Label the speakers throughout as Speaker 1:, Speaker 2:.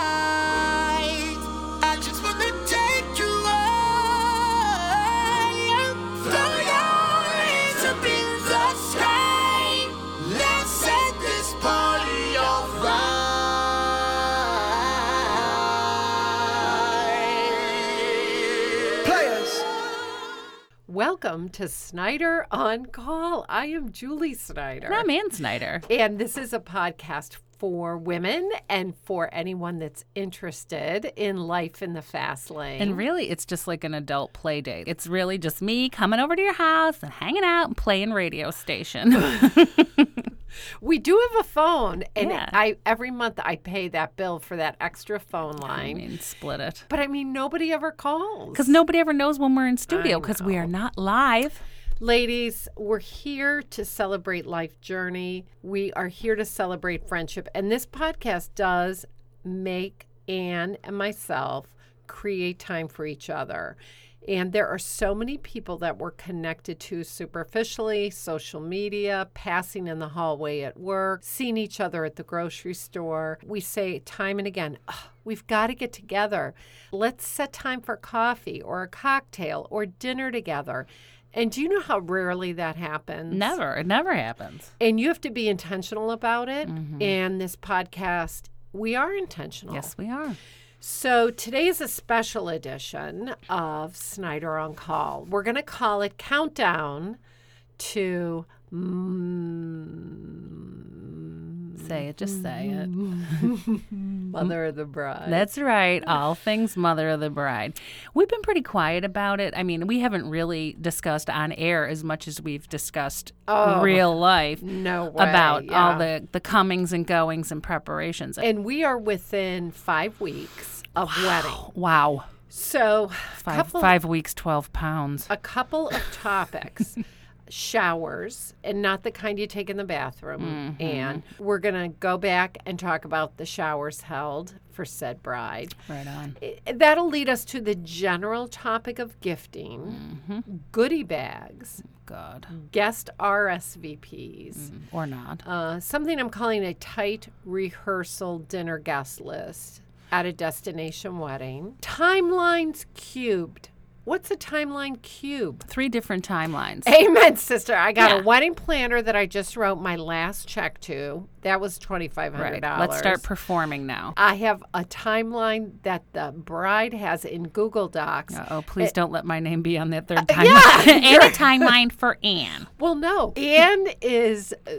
Speaker 1: Tonight, I just wanna take you higher. Throw your hands up in the sky. Let's set this party off right. Players.
Speaker 2: Welcome to Snyder on Call. I am Julie
Speaker 3: And
Speaker 2: Snyder.
Speaker 3: I'm Ann Snyder.
Speaker 2: And this is a podcast for women and for anyone that's interested in life in the fast lane.
Speaker 3: And really, it's just like an adult play date. It's really just me coming over to your house and hanging out and playing radio station.
Speaker 2: we do have a phone and
Speaker 3: Yeah.
Speaker 2: I every month I pay that bill for that extra phone
Speaker 3: I
Speaker 2: line.
Speaker 3: mean, split it.
Speaker 2: but I mean nobody ever calls.
Speaker 3: Because nobody ever knows when we're in studio because we are not live.
Speaker 2: Ladies, we're here to celebrate life journey. We are here to celebrate friendship. And this podcast does make Anne and myself create time for each other. And there are so many people that we're connected to superficially, social media, passing in the hallway at work, seeing each other at the grocery store. We say time and again, "Ugh, we've got to get together. Let's set time for coffee or a cocktail or dinner together. And do you know how rarely that happens?
Speaker 3: Never. It never happens.
Speaker 2: And you have to be intentional about it. And this podcast, we are intentional.
Speaker 3: Mm-hmm. Yes, we are.
Speaker 2: So today is a special edition of Snyder on Call. We're going to call it Countdown to.
Speaker 3: Say it. Just say it.
Speaker 2: Mm-hmm. Mother of the Bride.
Speaker 3: That's right. All things Mother of the Bride. We've been pretty quiet about it. I mean, we haven't really discussed on air as much as we've discussed
Speaker 2: Oh,
Speaker 3: real life
Speaker 2: no way.
Speaker 3: about all
Speaker 2: yeah.
Speaker 3: the, the comings and goings and preparations.
Speaker 2: And we are within five weeks of wedding.
Speaker 3: Wow.
Speaker 2: So,
Speaker 3: Five,
Speaker 2: couple,
Speaker 3: five weeks, 12 pounds.
Speaker 2: a couple of topics. Showers and not the kind you take in the bathroom. And we're going to go back and talk about the showers held for said bride.
Speaker 3: Right on.
Speaker 2: I- That'll lead us to the general topic of gifting, goodie bags,
Speaker 3: God.
Speaker 2: guest RSVPs,
Speaker 3: Or not.
Speaker 2: uh, something I'm calling a tight rehearsal dinner guest list at a destination wedding. Timelines cubed. What's a timeline cube?
Speaker 3: Three different timelines.
Speaker 2: Amen, sister. I got
Speaker 3: Yeah.
Speaker 2: a wedding planner that I just wrote my last check to. That was twenty five hundred
Speaker 3: Right.
Speaker 2: dollars.
Speaker 3: Let's start performing now.
Speaker 2: I have a timeline that the bride has in Google Docs.
Speaker 3: Oh, please don't let my name be on that
Speaker 2: Uh,
Speaker 3: third timeline. and a timeline for Anne.
Speaker 2: Well, no. Anne is uh,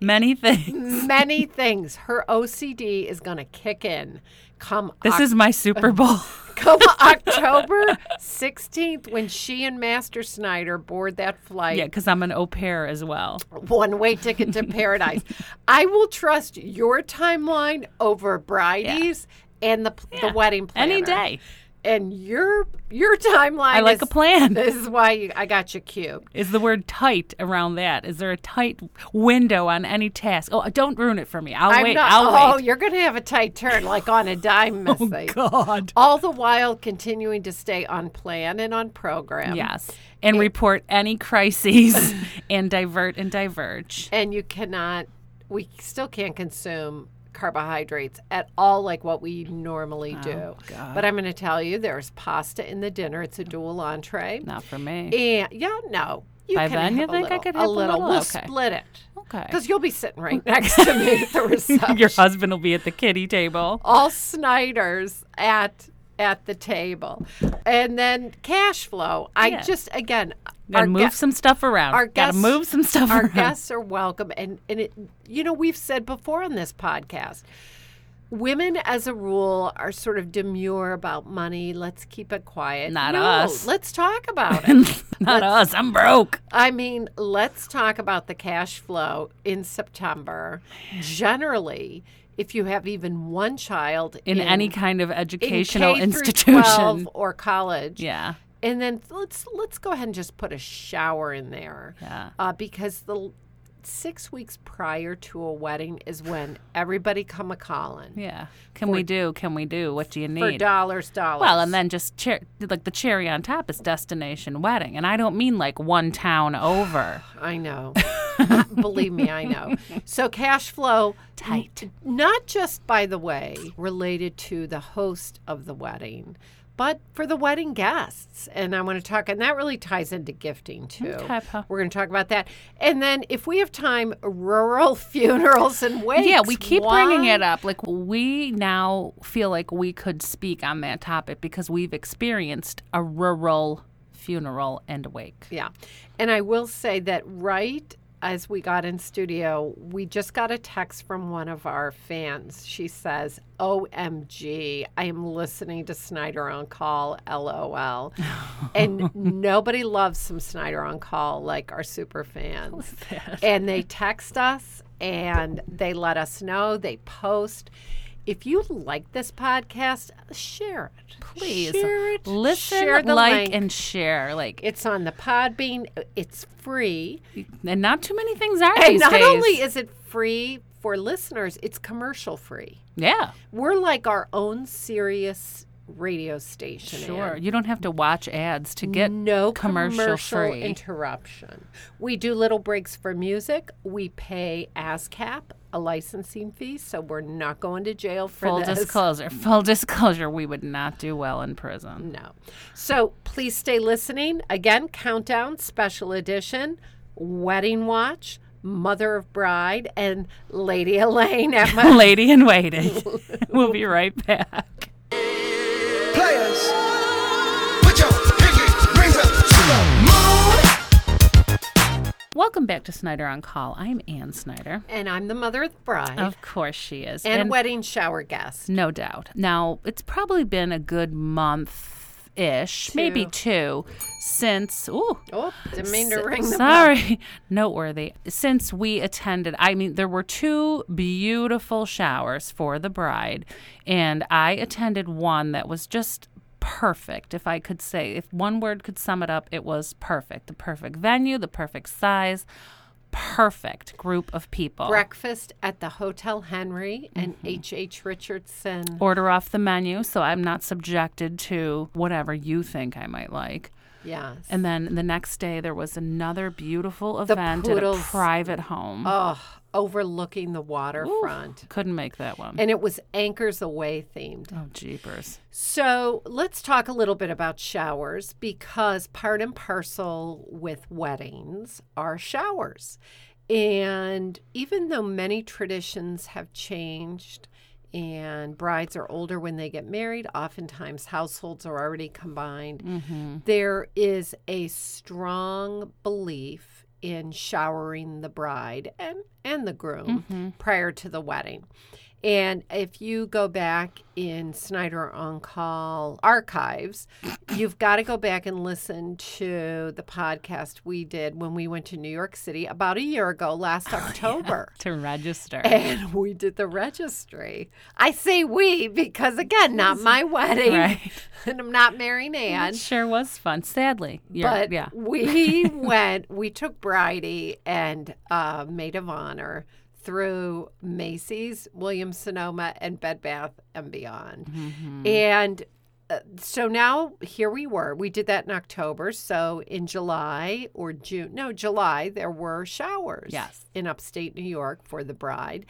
Speaker 3: Many
Speaker 2: Mm,
Speaker 3: things.
Speaker 2: many things. Her OCD is going to kick in come
Speaker 3: This is my
Speaker 2: uh,
Speaker 3: Super Bowl.
Speaker 2: come October 16th when she and Master Snyder board that flight.
Speaker 3: yeah, because I'm an au pair as well.
Speaker 2: One way ticket to paradise. I will trust your timeline over Bridie's and the, the wedding planner.
Speaker 3: Any day.
Speaker 2: And your your timeline
Speaker 3: I like
Speaker 2: is,
Speaker 3: a plan.
Speaker 2: This is why you, I got you cubed.
Speaker 3: Is the word tight around that? Is there a tight window on any task? Oh, don't ruin it for me. I'll
Speaker 2: I'm
Speaker 3: wait.
Speaker 2: not.
Speaker 3: I'll
Speaker 2: oh,
Speaker 3: wait. Oh,
Speaker 2: you're going to have a tight turn, like on a dime, Miss Thing.
Speaker 3: God.
Speaker 2: All the while continuing to stay on plan and on program.
Speaker 3: Yes. Um, And report any crises and divert and diverge.
Speaker 2: And you cannot, we still can't consume carbohydrates at all like what we normally do.
Speaker 3: Oh, God. Mm.
Speaker 2: But I'm going to tell you there's pasta in the dinner, it's a dual entree.
Speaker 3: Not for me.
Speaker 2: And yeah, no. You
Speaker 3: By
Speaker 2: can
Speaker 3: then you
Speaker 2: have a
Speaker 3: think I
Speaker 2: little-
Speaker 3: could
Speaker 2: a
Speaker 3: have a
Speaker 2: little.
Speaker 3: little?
Speaker 2: We'll
Speaker 3: Okay.
Speaker 2: split it.
Speaker 3: Okay.
Speaker 2: Because you'll be sitting right next to me at the reception.
Speaker 3: Your husband will be at the kitty table.
Speaker 2: all Snyder's at at the table, and then cash flow. I
Speaker 3: Yeah.
Speaker 2: just again, our,
Speaker 3: Gotta move
Speaker 2: gue-
Speaker 3: some stuff around.
Speaker 2: our
Speaker 3: Gotta
Speaker 2: guests-
Speaker 3: move some stuff
Speaker 2: our
Speaker 3: around.
Speaker 2: guests are welcome, and and it, you know we've said before on this podcast. Women, as a rule, are sort of demure about money. Let's keep it quiet.
Speaker 3: Not
Speaker 2: No,
Speaker 3: us.
Speaker 2: Let's talk about it.
Speaker 3: Not us. I'm broke.
Speaker 2: I mean, let's talk about the cash flow in September. Generally, if you have even one child
Speaker 3: In any kind of educational
Speaker 2: K through
Speaker 3: institution.
Speaker 2: 12 or college.
Speaker 3: Yeah.
Speaker 2: And then let's let's go ahead and just put a shower in there.
Speaker 3: Yeah.
Speaker 2: Uh, because the l- 6 weeks prior to a wedding is when everybody come a calling
Speaker 3: Yeah. Can we do? Can we do? What do you
Speaker 2: for
Speaker 3: need?
Speaker 2: dollars dollars.
Speaker 3: Well, and then just cher- like the cherry on top is destination wedding, and I don't mean like one town over.
Speaker 2: I know. Believe me, I know. So cash flow
Speaker 3: Tight.
Speaker 2: not just by the way related to the host of the wedding, but for the wedding guests. And I want to talk and that really ties into gifting too.
Speaker 3: Okay, Pa.
Speaker 2: We're going to talk about that. And then if we have time, rural funerals and wakes.
Speaker 3: Yeah, we keep bringing
Speaker 2: Why?
Speaker 3: it up. Like we now feel like we could speak on that topic because we've experienced a rural funeral and wake.
Speaker 2: Yeah. And I will say that right as we got in studio, we just got a text from one of our fans. She says, OMG, I am listening to Snyder on Call, LOL. and nobody loves some Snyder on Call like our super fans. And they text us and they let us know, they post. If you like this podcast, share it.
Speaker 3: Please
Speaker 2: Share it.
Speaker 3: listen,
Speaker 2: share the
Speaker 3: like,
Speaker 2: link.
Speaker 3: and share. Like,
Speaker 2: It's on the Podbean. It's free.
Speaker 3: and not too many things are
Speaker 2: And
Speaker 3: these
Speaker 2: not
Speaker 3: days.
Speaker 2: only is it free for listeners, it's commercial free.
Speaker 3: yeah,
Speaker 2: We're like our own serious radio station.
Speaker 3: sure.
Speaker 2: Ann.
Speaker 3: You don't have to watch ads to get
Speaker 2: No
Speaker 3: commercial
Speaker 2: commercial,
Speaker 3: free.
Speaker 2: interruption. We do little breaks for music. We pay ASCAP a licensing fee, so we're not going to jail for
Speaker 3: full
Speaker 2: this.
Speaker 3: disclosure. Full disclosure. We would not do well in prison.
Speaker 2: No. So please stay listening. Again, Countdown Special Edition, Wedding Watch, Mother of Bride, and Lady Elaine at my
Speaker 3: Lady in waiting. we'll be right back.
Speaker 1: Players, put your pinky rings up to the moon.
Speaker 3: Welcome back to Snyder on Call. I'm Ann Snyder.
Speaker 2: and I'm the Mother of the Bride
Speaker 3: Of course she is.
Speaker 2: and, Wedding Shower Guest.
Speaker 3: No doubt. Now, it's probably been a good month ish, maybe two, since. Ooh.
Speaker 2: Oh, didn't mean to
Speaker 3: S-
Speaker 2: ring the bell.
Speaker 3: Sorry, noteworthy. Since we attended, I mean, there were two beautiful showers for the bride, and I attended one that was just perfect. If I could say, if one word could sum it up, it was perfect. The perfect venue, the perfect size, perfect group of people.
Speaker 2: Breakfast at the Hotel Henry and
Speaker 3: Mm-hmm.
Speaker 2: H.H. Richardson.
Speaker 3: Order off the menu so I'm not subjected to whatever you think I might like.
Speaker 2: Yes.
Speaker 3: And then the next day, there was another beautiful
Speaker 2: The
Speaker 3: event at a
Speaker 2: poodles.
Speaker 3: private home.
Speaker 2: oh, overlooking the waterfront.
Speaker 3: Couldn't make that one.
Speaker 2: And it was Anchors Away themed.
Speaker 3: oh, jeepers.
Speaker 2: So let's talk a little bit about showers because part and parcel with weddings are showers. And even though many traditions have changed and brides are older when they get married, oftentimes households are already combined,
Speaker 3: Mm-hmm.
Speaker 2: there is a strong belief in showering the bride and, and the groom prior to the wedding. And if you go back in Snyder on Call archives, you've got to go back and listen to the podcast we did when we went to New York City about a year ago, last October.
Speaker 3: To register.
Speaker 2: And we did the registry. I say we because, again, not my wedding.
Speaker 3: Right.
Speaker 2: And I'm not marrying Ann.
Speaker 3: It sure was fun. Sadly. You're-
Speaker 2: But
Speaker 3: yeah.
Speaker 2: we went, we took Bridie and uh, Maid of Honor through Macy's, Williams Sonoma, and Bed Bath and Beyond.
Speaker 3: Mm-hmm.
Speaker 2: And uh, so now here we were. We did that in October. So in July or June, no, July, there were showers
Speaker 3: Yes.
Speaker 2: in upstate New York for the bride.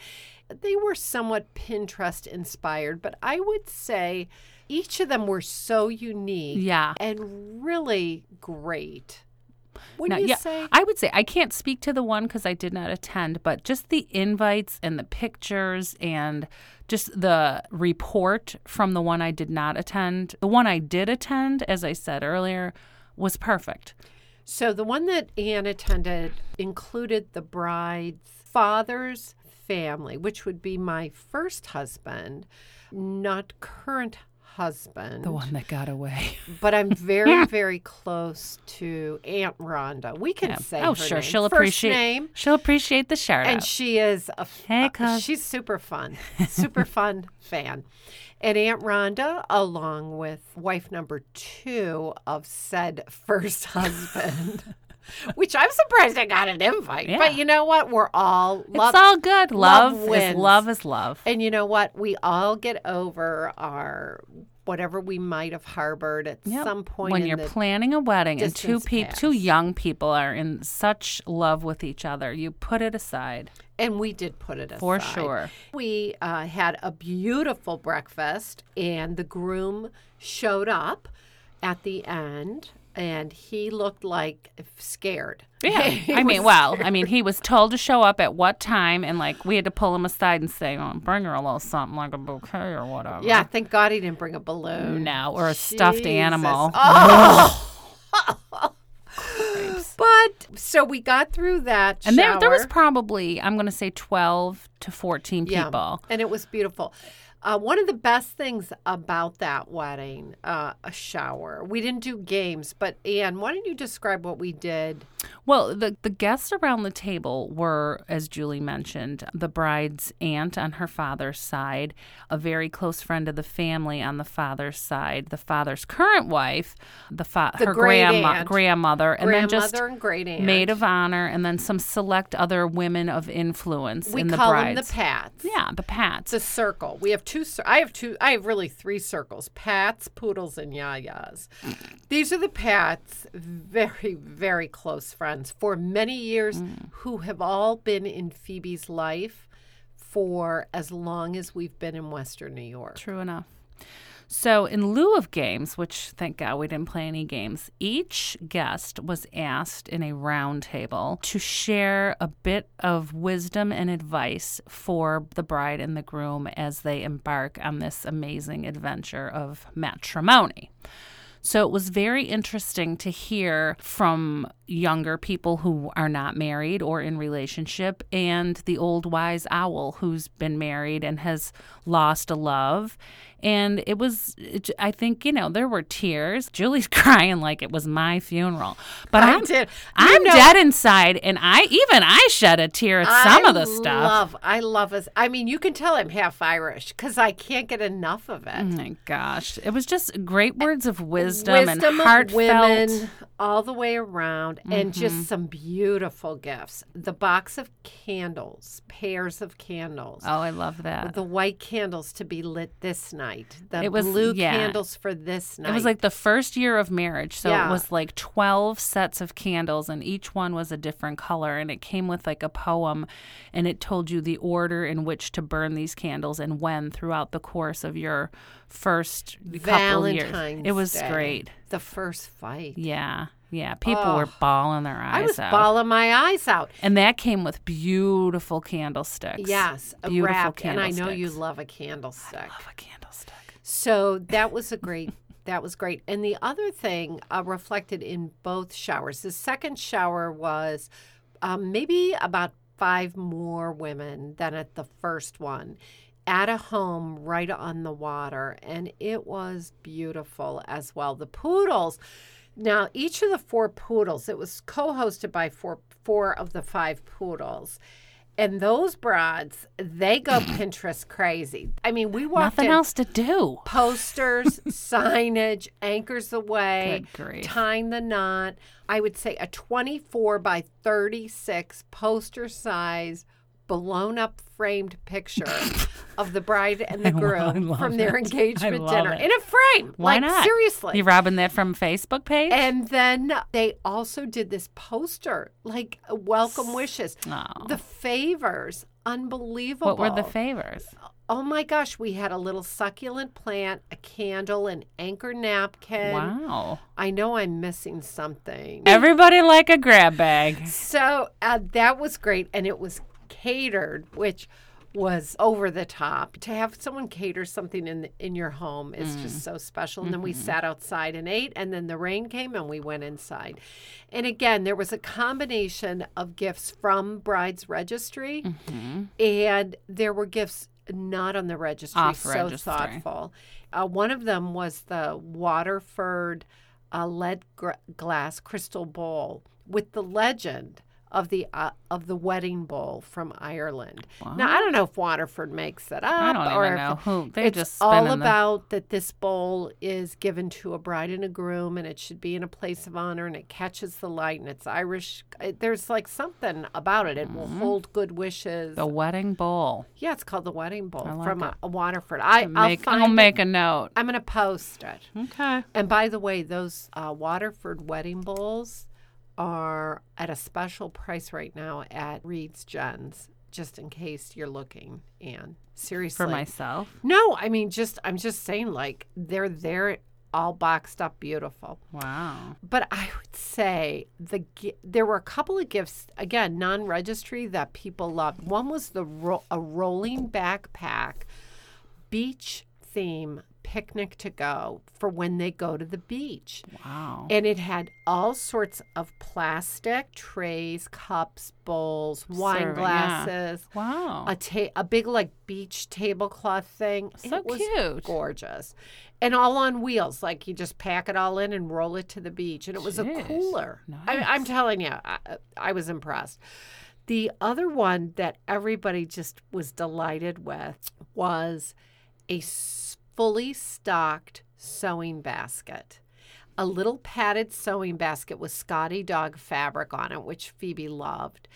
Speaker 2: They were somewhat Pinterest inspired, but I would say each of them were so unique
Speaker 3: Yeah.
Speaker 2: and really great. Would
Speaker 3: Now,
Speaker 2: you
Speaker 3: yeah,
Speaker 2: say?
Speaker 3: I would say I can't speak to the one because I did not attend, but just the invites and the pictures and just the report from the one I did not attend. The one I did attend, as I said earlier, was perfect.
Speaker 2: So the one that Anne attended included the bride's father's family, which would be my first husband, not current husband,
Speaker 3: The one that got away.
Speaker 2: but I'm very, very close to Aunt Rhonda. We can say
Speaker 3: oh,
Speaker 2: her
Speaker 3: sure.
Speaker 2: name.
Speaker 3: She'll
Speaker 2: First
Speaker 3: appreciate.
Speaker 2: name,
Speaker 3: She'll appreciate the shout
Speaker 2: and
Speaker 3: out.
Speaker 2: she is a f-
Speaker 3: Hey,
Speaker 2: uh,
Speaker 3: cuz.
Speaker 2: she's super fun, super fun fan. And Aunt Rhonda, along with wife number two of said first husband, which I'm surprised I got an invite. But you know what? We're all love.
Speaker 3: it's all good.
Speaker 2: love
Speaker 3: Love, is
Speaker 2: wins.
Speaker 3: love is love.
Speaker 2: and you know what? We all get over our whatever we might have harbored at
Speaker 3: Yep.
Speaker 2: some point
Speaker 3: when
Speaker 2: in
Speaker 3: you're
Speaker 2: the
Speaker 3: planning a wedding and two
Speaker 2: distance
Speaker 3: people two
Speaker 2: past.
Speaker 3: young people are in such love with each other you put it aside
Speaker 2: And we did put it aside.
Speaker 3: For sure.
Speaker 2: We uh, had a beautiful breakfast, and the groom showed up at the end, and he looked like scared.
Speaker 3: yeah i mean well i mean he was told to show up at what time and like we had to pull him aside and say oh, bring her a little something like a bouquet or whatever
Speaker 2: Yeah, thank God he didn't bring a balloon.
Speaker 3: now or a stuffed
Speaker 2: Jesus.
Speaker 3: animal
Speaker 2: Oh! but so we got through that.
Speaker 3: and there, there was
Speaker 2: shower.
Speaker 3: probably i'm going to say 12 to 14
Speaker 2: Yeah,
Speaker 3: people
Speaker 2: and it was beautiful. Uh, one of the best things about that wedding, uh, a shower. We didn't do games, but Anne, why don't you describe what we did?
Speaker 3: Well, the, the guests around the table were, as Julie mentioned, the bride's aunt on her father's side, a very close friend of the family on the father's side, the father's current wife, the, fa- her
Speaker 2: great
Speaker 3: grandma,
Speaker 2: aunt.
Speaker 3: grandmother, and then
Speaker 2: Grandmother
Speaker 3: just
Speaker 2: and great aunt.
Speaker 3: maid of honor, and then some select other women of influence
Speaker 2: we
Speaker 3: in the
Speaker 2: call them
Speaker 3: bride's.
Speaker 2: the Pats.
Speaker 3: yeah, the Pats.
Speaker 2: It's a circle. We have two. cir- I have two. I have really three circles: Pats, poodles, and yayas. These are the Pats, very, very close friends for many years,
Speaker 3: Mm.
Speaker 2: who have all been in Phoebe's life for as long as we've been in Western New York.
Speaker 3: True enough. So, in lieu of games, which thank God we didn't play any games, each guest was asked in a round table to share a bit of wisdom and advice for the bride and the groom as they embark on this amazing adventure of matrimony. So it was very interesting to hear from younger people who are not married or in relationship and the old wise owl who's been married and has lost a love. And it was, it- I think, you know, there were tears. Julie's crying like it was my funeral. But
Speaker 2: I
Speaker 3: I'm,
Speaker 2: did. You
Speaker 3: I'm
Speaker 2: know-
Speaker 3: dead inside and I, even I shed a tear at some
Speaker 2: I
Speaker 3: of the stuff.
Speaker 2: Love, I love us. I mean, you can tell I'm half Irish because I can't get enough of it.
Speaker 3: Oh my gosh. It was just great words of wisdom, and
Speaker 2: of
Speaker 3: heartfelt. Mm-hmm.
Speaker 2: women all the way around and just some beautiful gifts the box of candles pairs of candles
Speaker 3: Oh, I love that.
Speaker 2: the white candles to be lit this night the
Speaker 3: It was-
Speaker 2: blue
Speaker 3: yeah.
Speaker 2: candles for this night
Speaker 3: It was like the first year of marriage. So
Speaker 2: Yeah.
Speaker 3: it was like 12 sets of candles, and each one was a different color. And it came with like a poem, and it told you the order in which to burn these candles and when throughout the course of your first couple years.
Speaker 2: valentine's
Speaker 3: It was
Speaker 2: Day,
Speaker 3: great.
Speaker 2: the first fight
Speaker 3: Yeah. Yeah. People were bawling their eyes
Speaker 2: i was
Speaker 3: out.
Speaker 2: bawling my eyes out
Speaker 3: and that came with beautiful candlesticks.
Speaker 2: yes a
Speaker 3: Beautiful
Speaker 2: wrapped, and i
Speaker 3: candlesticks.
Speaker 2: know you love a candlestick
Speaker 3: love a candlestick.
Speaker 2: So that was a great. That was great. And the other thing uh, reflected in both showers. The second shower was um, maybe about five more women than at the first one at a home right on the water. And it was beautiful as well. The poodles. Now, each of the four poodles, it was co hosted by four, four of the five poodles. And those broads, they go Pinterest crazy. I mean, we walked
Speaker 3: Nothing
Speaker 2: in
Speaker 3: else to do.
Speaker 2: posters, signage, anchors the way,
Speaker 3: Good grief.
Speaker 2: tying the knot. I would say a 24 by 36 poster size, blown up framed picture of the bride and the
Speaker 3: I
Speaker 2: groom
Speaker 3: love
Speaker 2: from their
Speaker 3: it. I
Speaker 2: engagement
Speaker 3: love
Speaker 2: dinner
Speaker 3: it.
Speaker 2: in a frame.
Speaker 3: Why
Speaker 2: like,
Speaker 3: not?
Speaker 2: Seriously.
Speaker 3: You robbing that from a Facebook page?
Speaker 2: And then they also did this poster, like uh, welcome wishes,
Speaker 3: Aw.
Speaker 2: the favors, unbelievable.
Speaker 3: What were the favors?
Speaker 2: Oh my gosh, we had a little succulent plant, a candle, an anchor napkin.
Speaker 3: Wow.
Speaker 2: I know I'm missing something.
Speaker 3: Everybody like a grab bag.
Speaker 2: So uh, that was great. And it was catered, which was over the top. To have someone cater something in, in your home is just so special. And then we sat outside and ate, and then the rain came and we went inside. And again, there was a combination of gifts from Bride's Registry, and there were gifts not on the registry.
Speaker 3: Off
Speaker 2: so
Speaker 3: registry.
Speaker 2: thoughtful. Uh, one of them was the Waterford uh, lead gr- glass crystal bowl with the legend of the uh, of the wedding bowl from Ireland. Now I don't know if Waterford makes it up.
Speaker 3: I don't
Speaker 2: or
Speaker 3: even
Speaker 2: if
Speaker 3: know who. They
Speaker 2: it's
Speaker 3: just
Speaker 2: all
Speaker 3: spinning the-
Speaker 2: about that this bowl is given to a bride and a groom and it should be in a place of honor and it catches the light and it's irish it, there's like something about it it will hold good wishes
Speaker 3: Mm-hmm. the wedding bowl.
Speaker 2: yeah it's called the wedding bowl
Speaker 3: like
Speaker 2: from uh, waterford i I'll
Speaker 3: Make,
Speaker 2: find
Speaker 3: I'll
Speaker 2: it.
Speaker 3: make a note.
Speaker 2: i'm gonna post it
Speaker 3: Okay.
Speaker 2: and by the way those uh, waterford wedding bowls are at a special price right now at reed's jen's just in case you're looking and seriously
Speaker 3: For myself.
Speaker 2: no, I mean just I'm just saying like they're there all boxed up beautiful.
Speaker 3: Wow.
Speaker 2: But I would say the gi- there were a couple of gifts again non-registry that people loved. One was the ro- a rolling backpack beach theme picnic to go for when they go to the beach.
Speaker 3: Wow.
Speaker 2: And it had all sorts of plastic trays, cups, bowls, wine
Speaker 3: Serving, yeah.
Speaker 2: glasses
Speaker 3: wow.
Speaker 2: a ta- a big like beach tablecloth thing.
Speaker 3: So
Speaker 2: it was
Speaker 3: cute.
Speaker 2: gorgeous, and all on wheels. Like you just pack it all in and roll it to the beach, and it was a
Speaker 3: Jeez,
Speaker 2: cooler. I, I'm telling you, I, I was impressed. The other one that everybody just was delighted with was a s- fully stocked sewing basket. A little padded sewing basket with Scotty dog fabric on it, which Phoebe loved.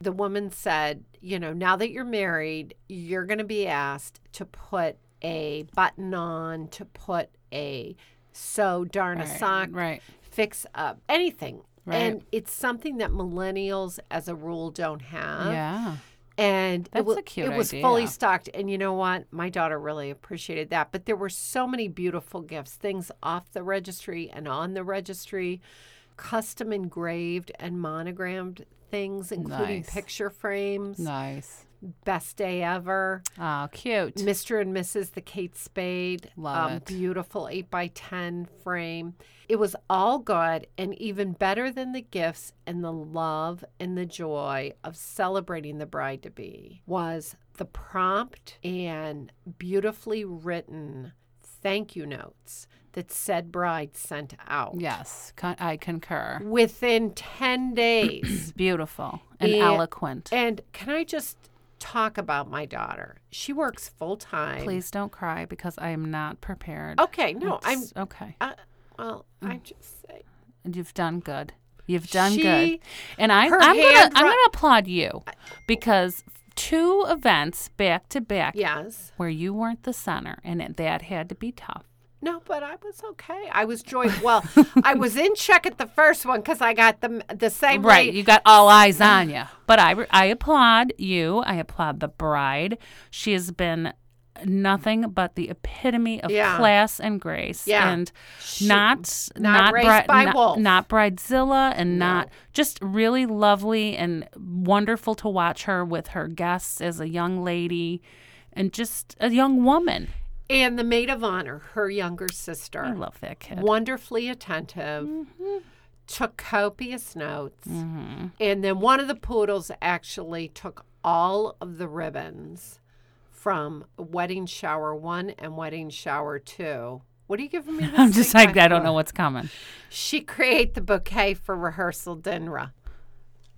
Speaker 2: The woman said, You know, now that you're married, you're going to be asked to put a button on, to put a sew, darn a sock,
Speaker 3: Right.
Speaker 2: fix up, anything.
Speaker 3: Right.
Speaker 2: And it's something that millennials, as a rule, don't have
Speaker 3: yeah.
Speaker 2: and
Speaker 3: That's
Speaker 2: it was,
Speaker 3: a cute
Speaker 2: it was fully
Speaker 3: idea.
Speaker 2: stocked and you know what my daughter really appreciated that but there were so many beautiful gifts things off the registry and on the registry custom engraved and monogrammed things including
Speaker 3: Nice.
Speaker 2: picture frames
Speaker 3: Nice.
Speaker 2: best day ever
Speaker 3: Oh, cute.
Speaker 2: Mr. and Mrs. the Kate Spade. um,
Speaker 3: Love it.
Speaker 2: Beautiful 8 by 10 frame. It was all good and even better than the gifts and the love and the joy of celebrating the bride to be was the prompt and beautifully written thank you notes that said bride sent out
Speaker 3: Yes. Con- I concur.
Speaker 2: within 10 days.
Speaker 3: Beautiful and
Speaker 2: Yeah.
Speaker 3: eloquent.
Speaker 2: and can I just talk about my daughter? She works full time.
Speaker 3: Please don't cry because I am not prepared.
Speaker 2: Okay, no, I'm
Speaker 3: It's okay.
Speaker 2: Uh, well,
Speaker 3: Mm.
Speaker 2: I'm just saying.
Speaker 3: And You've done good. You've done
Speaker 2: She-
Speaker 3: good. And I, I'm
Speaker 2: her
Speaker 3: gonna
Speaker 2: hand
Speaker 3: I'm
Speaker 2: ru-
Speaker 3: gonna applaud you because two events back to back
Speaker 2: Yes.
Speaker 3: where you weren't the center and it, that had to be tough.
Speaker 2: No, but I was okay. I was joy. Well, I was in check at the first one because I got the the same
Speaker 3: Right,
Speaker 2: rate.
Speaker 3: you got all eyes on you. But I, re- I applaud you. I applaud the bride. She has been nothing but the epitome of
Speaker 2: Yeah.
Speaker 3: class and grace.
Speaker 2: Yeah.
Speaker 3: And not
Speaker 2: not
Speaker 3: not
Speaker 2: raised
Speaker 3: bri-
Speaker 2: by
Speaker 3: not,
Speaker 2: wolf.
Speaker 3: not bridezilla and not just really lovely and wonderful to watch her with her guests as a young lady and just a young woman.
Speaker 2: and the maid of honor, her younger
Speaker 3: I
Speaker 2: sister,
Speaker 3: love Mm-hmm. that kid.
Speaker 2: wonderfully attentive, took copious notes,
Speaker 3: Mm-hmm.
Speaker 2: and then one of the poodles actually took all of the ribbons from wedding shower one and wedding shower two. What are you giving me?
Speaker 3: I'm just like I don't know what's coming.
Speaker 2: She create the bouquet for rehearsal dinner.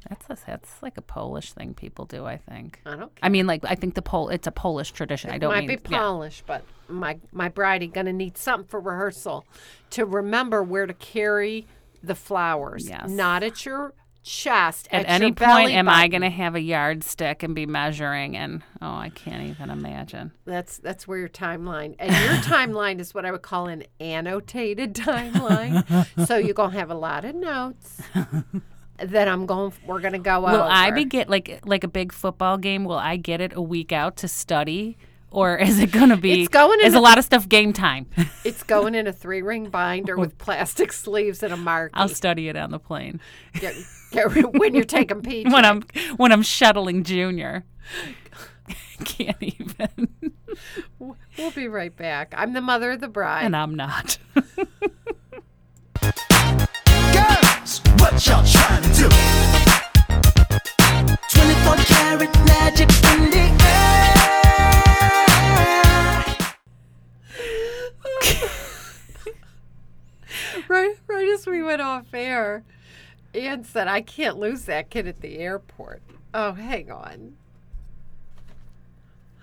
Speaker 3: That's a, that's like a Polish thing people do. I think.
Speaker 2: I don't care.
Speaker 3: I mean, like I think the pole. It's a Polish tradition. I don't
Speaker 2: Might
Speaker 3: mean.
Speaker 2: be
Speaker 3: yeah.
Speaker 2: Polish, but my my bride is gonna need something for rehearsal to remember where to carry the flowers.
Speaker 3: Yes.
Speaker 2: Not at your chest.
Speaker 3: At
Speaker 2: At,
Speaker 3: any
Speaker 2: your
Speaker 3: point,
Speaker 2: belly
Speaker 3: am I
Speaker 2: button.
Speaker 3: going to have a yardstick and be measuring? And oh, I can't even imagine.
Speaker 2: That's that's where your timeline and your timeline is what I would call an annotated timeline. so you're gonna have a lot of notes that I'm going. We're gonna go
Speaker 3: Will I
Speaker 2: over.
Speaker 3: be get like like a big football game? Will I get it a week out to study, or is it going to be?
Speaker 2: It's going
Speaker 3: Is
Speaker 2: in
Speaker 3: a
Speaker 2: a-
Speaker 3: lot of stuff game time.
Speaker 2: It's going in a three ring binder with plastic sleeves and a marquee.
Speaker 3: I'll study it on the plane
Speaker 2: get, get rid- when you're taking PJ.
Speaker 3: when I'm when I'm shuttling Junior. can't even,
Speaker 2: We'll be right back. I'm the mother of the bride.
Speaker 3: and I'm not.
Speaker 1: Girls, what y'all trying to do? 24 karat magic in the air.
Speaker 2: right, right as we went off air, Ann said, I can't lose that kid at the airport. Oh, hang on.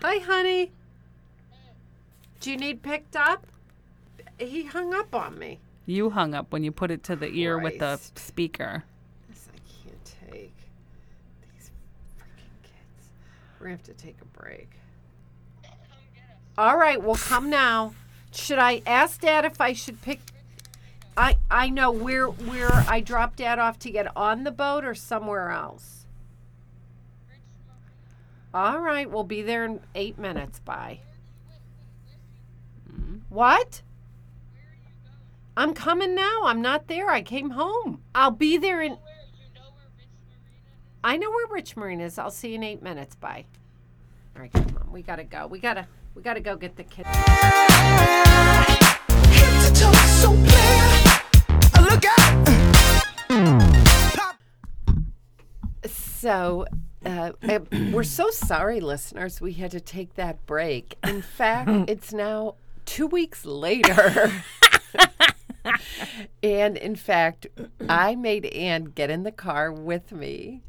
Speaker 2: Hi, honey. Do you need picked up? He hung up on me.
Speaker 3: You hung up when you put it to the ear with the
Speaker 2: Christ.
Speaker 3: speaker.
Speaker 2: This I can't take. These freaking kids. We're going to have to take a break. All right, well, come now. Should I ask Dad if I should pick? I I know where where I dropped Dad off to get on the boat or somewhere else. All right, we'll be there in eight minutes. Bye. What? I'm coming now. I'm not there. I came home. I'll be there in. I know where Rich Marine is. I'll see you in eight minutes. Bye. All right, come on. We gotta go. We gotta. We gotta go get the kids. So uh, uh, we're so sorry, listeners. We had to take that break. In fact, it's now two weeks later. and in fact, I made Ann get in the car with me.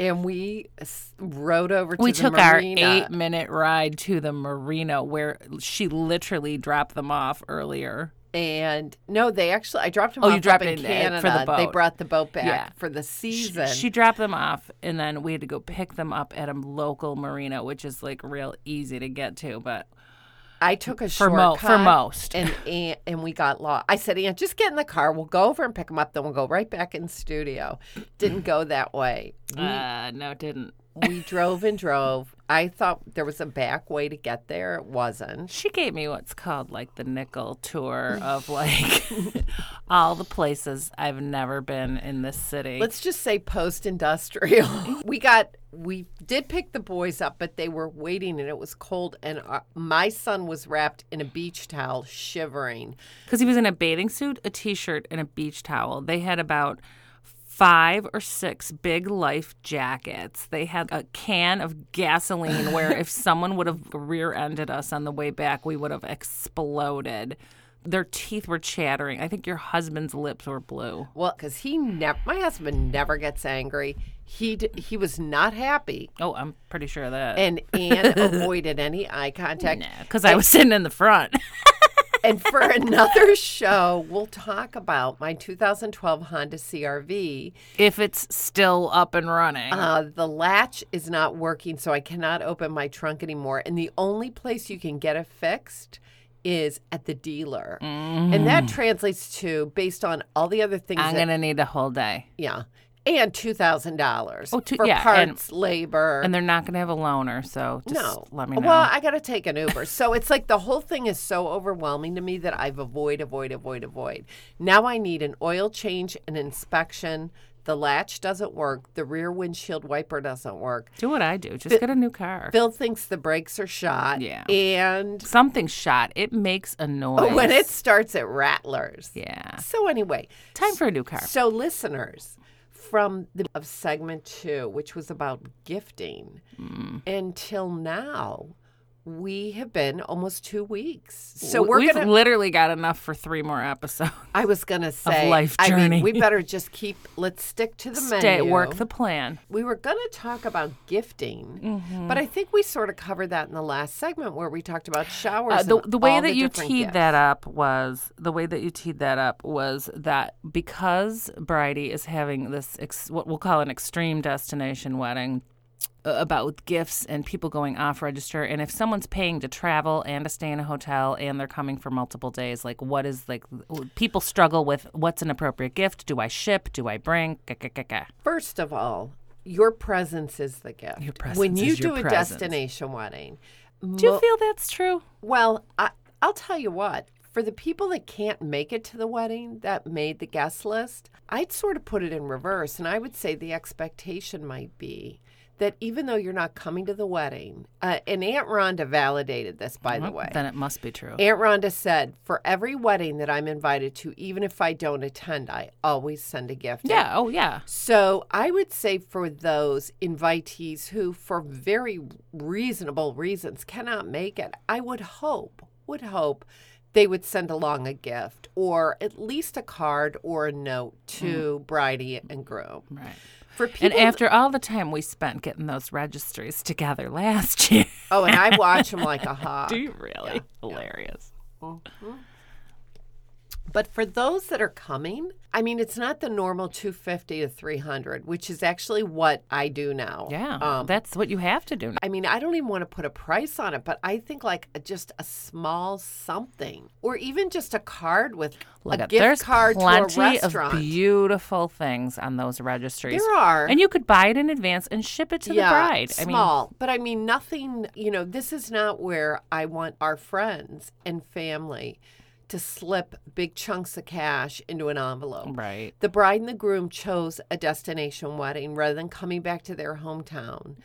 Speaker 2: And we s- rode over to
Speaker 3: We
Speaker 2: the
Speaker 3: took
Speaker 2: marina.
Speaker 3: our eight minute ride to the marina where she literally dropped them off earlier.
Speaker 2: and no, they actually I dropped them
Speaker 3: Oh,
Speaker 2: off
Speaker 3: you dropped
Speaker 2: up
Speaker 3: it
Speaker 2: in
Speaker 3: in the-
Speaker 2: Canada.
Speaker 3: for the
Speaker 2: They
Speaker 3: boat.
Speaker 2: brought the boat back
Speaker 3: Yeah.
Speaker 2: for the
Speaker 3: She-
Speaker 2: season.
Speaker 3: She dropped them off, and then we had to go pick them up at a local marina, which is like real easy to get to. But
Speaker 2: I took a
Speaker 3: For mo-
Speaker 2: shortcut
Speaker 3: for most.
Speaker 2: and Aunt, and we got lost. I said, Aunt, just get in the car. We'll go over and pick them up. Then we'll go right back in studio. Didn't go that way.
Speaker 3: uh, no, it didn't.
Speaker 2: We drove and drove. I thought there was a back way to get there. It wasn't.
Speaker 3: She gave me what's called like the nickel tour of like all the places I've never been in this city.
Speaker 2: Let's just say post industrial. we got we did pick the boys up, but they were waiting and it was cold. And uh, my son was wrapped in a beach towel, shivering.
Speaker 3: because he was in a bathing suit, a t-shirt, and a beach towel. They had about five or six big life jackets. They had a can of gasoline where if someone would have rear-ended us on the way back, we would have exploded. Their teeth were chattering. I think your husband's lips were blue.
Speaker 2: Well, because he never, my husband never gets angry. He d- he was not happy,
Speaker 3: Oh, I'm pretty sure of that.
Speaker 2: and Anne avoided any eye contact.
Speaker 3: because I was sitting in the front.
Speaker 2: And for another show, we'll talk about my 2012 Honda CRV.
Speaker 3: if it's still up and running.
Speaker 2: Uh, the latch is not working, so I cannot open my trunk anymore. And the only place you can get it fixed is at the dealer, and that translates to based on all the other things.
Speaker 3: Mm. I'm
Speaker 2: that-
Speaker 3: gonna need a whole day,
Speaker 2: yeah, and two thousand dollars
Speaker 3: Oh, two-
Speaker 2: for
Speaker 3: yeah, and-
Speaker 2: parts, labor,
Speaker 3: and they're not gonna have a loaner, so just let me know.
Speaker 2: Well, I got to take an Uber. so it's like the whole thing is so overwhelming to me that I've avoid, avoid, avoid, avoid. Now I need an oil change, an inspection. The latch doesn't work. The rear windshield wiper doesn't work.
Speaker 3: Do what I do. Just get a new car.
Speaker 2: Bill thinks the brakes are shot.
Speaker 3: Yeah.
Speaker 2: And
Speaker 3: Something's shot. It makes a noise.
Speaker 2: Oh, when it starts, it rattlers.
Speaker 3: yeah,
Speaker 2: So anyway,
Speaker 3: time for a new car.
Speaker 2: so listeners from the of segment 2 which was about gifting
Speaker 3: Mm.
Speaker 2: until now we have been almost 2 weeks. So we're
Speaker 3: We've
Speaker 2: going to
Speaker 3: literally got enough for three more episodes.
Speaker 2: I was going to say
Speaker 3: life
Speaker 2: I
Speaker 3: journey.
Speaker 2: mean we better just keep let's stick to the
Speaker 3: Stay,
Speaker 2: menu.
Speaker 3: work the plan.
Speaker 2: we were going to talk about gifting,
Speaker 3: Mm-hmm.
Speaker 2: but I think we sort of covered that in the last segment where we talked about showers.
Speaker 3: Uh, the
Speaker 2: and
Speaker 3: the way
Speaker 2: all
Speaker 3: that you
Speaker 2: different
Speaker 3: teed
Speaker 2: gifts.
Speaker 3: that up was the way that you teed that up was that because Bridie is having this ex, what we'll call an extreme destination wedding uh, about gifts and people going off register and if someone's paying to travel and to stay in a hotel and they're coming for multiple days like what is like w- people struggle with what's an appropriate gift do I ship do I bring Gah, gah, gah, gah.
Speaker 2: First of all, your presence is the gift. when
Speaker 3: presence
Speaker 2: you
Speaker 3: is
Speaker 2: do
Speaker 3: your
Speaker 2: a
Speaker 3: presence.
Speaker 2: destination wedding,
Speaker 3: do you feel that's true
Speaker 2: Well, I, I'll tell you what. For the people that can't make it to the wedding that made the guest list, I'd sort of put it in reverse. And I would say the expectation might be that even though you're not coming to the wedding, uh, and Aunt Rhonda validated this, by the way.
Speaker 3: then it must be true
Speaker 2: Aunt Rhonda said, for every wedding that I'm invited to, even if I don't attend, I always send a gift. out."
Speaker 3: yeah oh yeah
Speaker 2: So I would say for those invitees who, for very reasonable reasons, cannot make it, I would hope, would hope they would send along a gift or at least a card or a note to bridey and groom.
Speaker 3: Mm. Right.
Speaker 2: For people
Speaker 3: And after all the time we spent getting those registries together last year.
Speaker 2: Oh, and I watch them like a hawk.
Speaker 3: Do you really? Hilarious.
Speaker 2: But for those that are coming, I mean, it's not the normal 250 to 300, which is actually what I do now.
Speaker 3: Yeah.
Speaker 2: Um,
Speaker 3: that's what you have to do.
Speaker 2: I mean, I don't even want to put a price on it, but I think like a- just a small something or even just a card with
Speaker 3: Look,
Speaker 2: a
Speaker 3: at-
Speaker 2: gift
Speaker 3: there's
Speaker 2: card to a
Speaker 3: plenty
Speaker 2: restaurant.
Speaker 3: of beautiful things on those registries.
Speaker 2: There are.
Speaker 3: and you could buy it in advance and ship it to the bride. I mean,
Speaker 2: Small, but I mean nothing. You know, this is not where I want our friends and family to slip big chunks of cash into an envelope.
Speaker 3: Right.
Speaker 2: The bride and the groom chose a destination wedding rather than coming back to their hometown,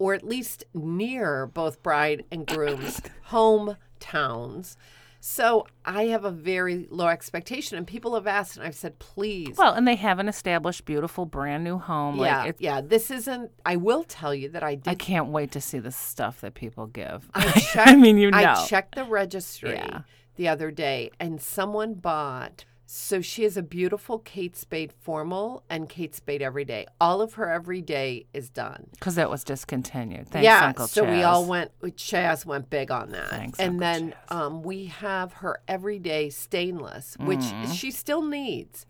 Speaker 2: or at least near both bride and groom's hometowns. So I have a very low expectation, and people have asked, and I've said, please.
Speaker 3: Well, and they have an established, beautiful, brand new home.
Speaker 2: yeah,
Speaker 3: Like, it's,
Speaker 2: yeah. This isn't. I will tell you that I did
Speaker 3: I can't wait to see the stuff that people give.
Speaker 2: I checked.
Speaker 3: I mean, you know.
Speaker 2: I checked the registry
Speaker 3: Yeah.
Speaker 2: the other day, and someone bought. So she has a beautiful Kate Spade formal and Kate Spade everyday. All of her everyday is done.
Speaker 3: Because that was discontinued. Thanks,
Speaker 2: yeah.
Speaker 3: Uncle
Speaker 2: so we all
Speaker 3: Chaz.
Speaker 2: went. Chaz went big on that,
Speaker 3: Thanks,
Speaker 2: and
Speaker 3: Uncle
Speaker 2: then um, we have her everyday stainless, which she still needs.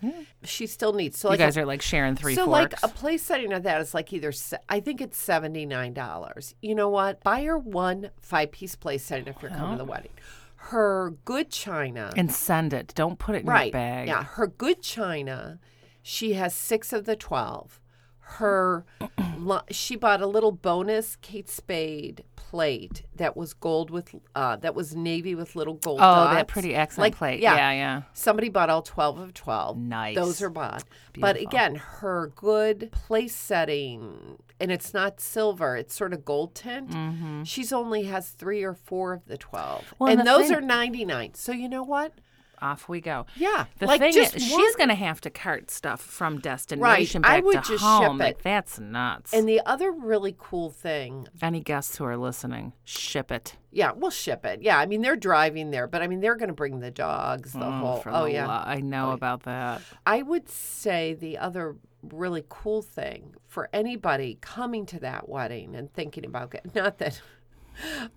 Speaker 2: She still needs. So
Speaker 3: Mm-hmm. You
Speaker 2: like a-
Speaker 3: guys are like sharing three
Speaker 2: so
Speaker 3: forks.
Speaker 2: like a place setting of that is like either se- I think it's seventy nine dollars. You know what? Buy her one five piece place setting if you're coming
Speaker 3: Oh.
Speaker 2: to the wedding. Her good china,
Speaker 3: and send it. Don't put it in
Speaker 2: right?
Speaker 3: your bag.
Speaker 2: Yeah, her good china. She has six of the twelve. Her lo- she bought a little bonus Kate Spade plate that was gold with uh, that was navy with little gold.
Speaker 3: Oh, that
Speaker 2: dots.
Speaker 3: pretty accent
Speaker 2: Like,
Speaker 3: plate.
Speaker 2: yeah.
Speaker 3: yeah.
Speaker 2: Somebody bought all 12 of 12.
Speaker 3: Nice.
Speaker 2: Those are bought. But again, her good place setting, and it's not silver, it's sort of gold tint. She's only has three or four of the 12.
Speaker 3: Mm-hmm. Well,
Speaker 2: and
Speaker 3: and the
Speaker 2: those
Speaker 3: thing-
Speaker 2: are 99. So you know what?
Speaker 3: Off we go.
Speaker 2: Yeah.
Speaker 3: The
Speaker 2: like
Speaker 3: thing
Speaker 2: just
Speaker 3: is,
Speaker 2: one-
Speaker 3: she's going to have to cart stuff from destination
Speaker 2: I
Speaker 3: back
Speaker 2: would
Speaker 3: to
Speaker 2: just ship
Speaker 3: home.
Speaker 2: it.
Speaker 3: Like, that's nuts.
Speaker 2: And the other really cool thing,
Speaker 3: Any guests who are listening, ship it.
Speaker 2: yeah, we'll ship it. Yeah, I mean they're driving there, but I mean they're going to bring the dogs, the whole.
Speaker 3: For
Speaker 2: oh
Speaker 3: Mm, the
Speaker 2: yeah,
Speaker 3: lo- I know about that.
Speaker 2: I would say the other really cool thing for anybody coming to that wedding and thinking about getting, not that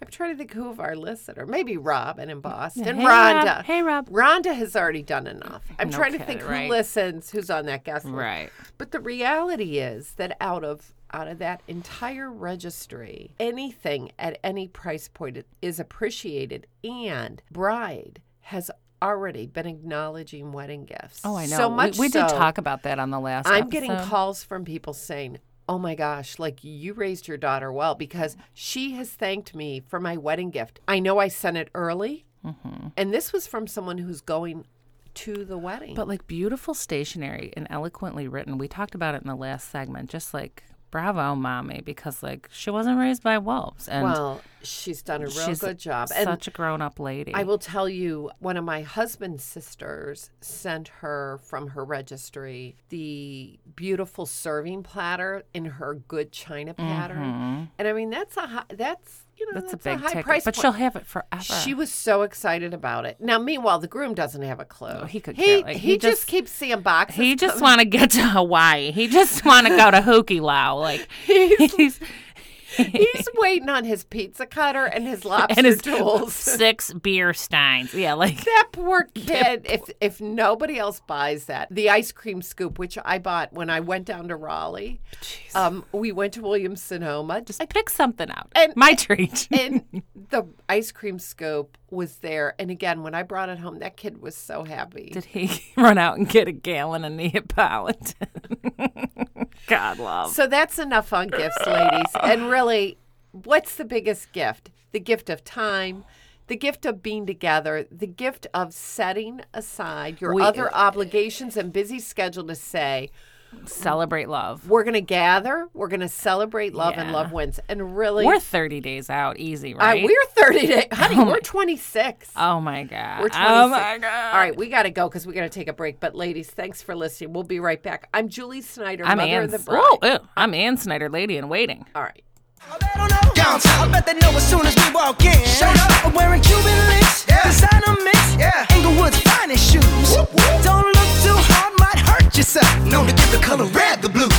Speaker 2: I'm trying to think who of our listener, maybe Robin in Boston,
Speaker 3: Hey, Rob.
Speaker 2: Rhonda.
Speaker 3: Hey, Rob.
Speaker 2: Rhonda has already done enough. I'm
Speaker 3: No
Speaker 2: trying to
Speaker 3: kidding,
Speaker 2: think who
Speaker 3: right?
Speaker 2: listens, who's on that guest list.
Speaker 3: Right.
Speaker 2: But the reality is that out of out of that entire registry, anything at any price point is appreciated, and bride has already been acknowledging wedding gifts.
Speaker 3: Oh, I know.
Speaker 2: So
Speaker 3: We-
Speaker 2: much.
Speaker 3: we, did
Speaker 2: so,
Speaker 3: talk about that on the last.
Speaker 2: I'm getting
Speaker 3: episode.
Speaker 2: calls from people saying, "Oh my gosh, like you raised your daughter well because she has thanked me for my wedding gift. I know I sent it early,
Speaker 3: Mm-hmm.
Speaker 2: and this was from someone who's going to the wedding."
Speaker 3: But like beautiful stationery and eloquently written. We talked about it in the last segment. Just like bravo, mommy, because like she wasn't raised by wolves, and
Speaker 2: well, she's done a real
Speaker 3: she's
Speaker 2: good job, and
Speaker 3: such a grown-up lady.
Speaker 2: I will tell you, one of my husband's sisters sent her from her registry the beautiful serving platter in her good china pattern, and I mean that's a high, that's you know
Speaker 3: Mm-hmm. That's,
Speaker 2: that's,
Speaker 3: a big
Speaker 2: high
Speaker 3: ticket,
Speaker 2: price
Speaker 3: but
Speaker 2: point.
Speaker 3: she'll have it forever.
Speaker 2: She was so excited about it. Now, meanwhile, the groom doesn't have a clue.
Speaker 3: Oh, he could
Speaker 2: He,
Speaker 3: care- like,
Speaker 2: he,
Speaker 3: he
Speaker 2: just,
Speaker 3: just-
Speaker 2: keeps seeing boxes.
Speaker 3: he just want to get to Hawaii. He just want to go to Hukilau. Like he's
Speaker 2: He's waiting on his pizza cutter and his lobster
Speaker 3: and his
Speaker 2: tools.
Speaker 3: six beer steins. Yeah, like
Speaker 2: that poor kid. If if nobody else buys that, the ice cream scoop, which I bought when I went down to Raleigh, um, we went to Williams Sonoma. Just
Speaker 3: pick something out.
Speaker 2: And-
Speaker 3: My treat.
Speaker 2: and the ice cream scoop was there. And again, when I brought it home, that kid was so happy.
Speaker 3: Did he run out and get a gallon of Neapolitan? God love.
Speaker 2: So that's enough on gifts, ladies. And really, what's the biggest gift? The gift of time, the gift of being together, the gift of setting aside your
Speaker 3: We- uh,
Speaker 2: other obligations and busy schedule to say,
Speaker 3: Celebrate love.
Speaker 2: we're going to gather, we're going to celebrate love and
Speaker 3: Yeah.
Speaker 2: love wins. And really,
Speaker 3: We're 30 days out. Easy,
Speaker 2: I-
Speaker 3: right?
Speaker 2: we're 30 days. Honey, we're 26.
Speaker 3: oh my God.
Speaker 2: We're 26.
Speaker 3: Oh my God.
Speaker 2: All right, we got to go because we got to take a break. But, ladies, thanks for listening. We'll be right back. I'm Julie Snyder,
Speaker 3: I'm
Speaker 2: mother
Speaker 3: Ann.
Speaker 2: of the bride.
Speaker 3: Oh, ew. I'm Ann Snyder, lady in waiting.
Speaker 2: All right.
Speaker 4: I bet I know. I bet they know as soon as we walk in. Shut up. I'm wearing Cuban links, designer mix, yeah. shiny shoes. Don't look too hard, might hurt yourself. Known to give the color red the blues.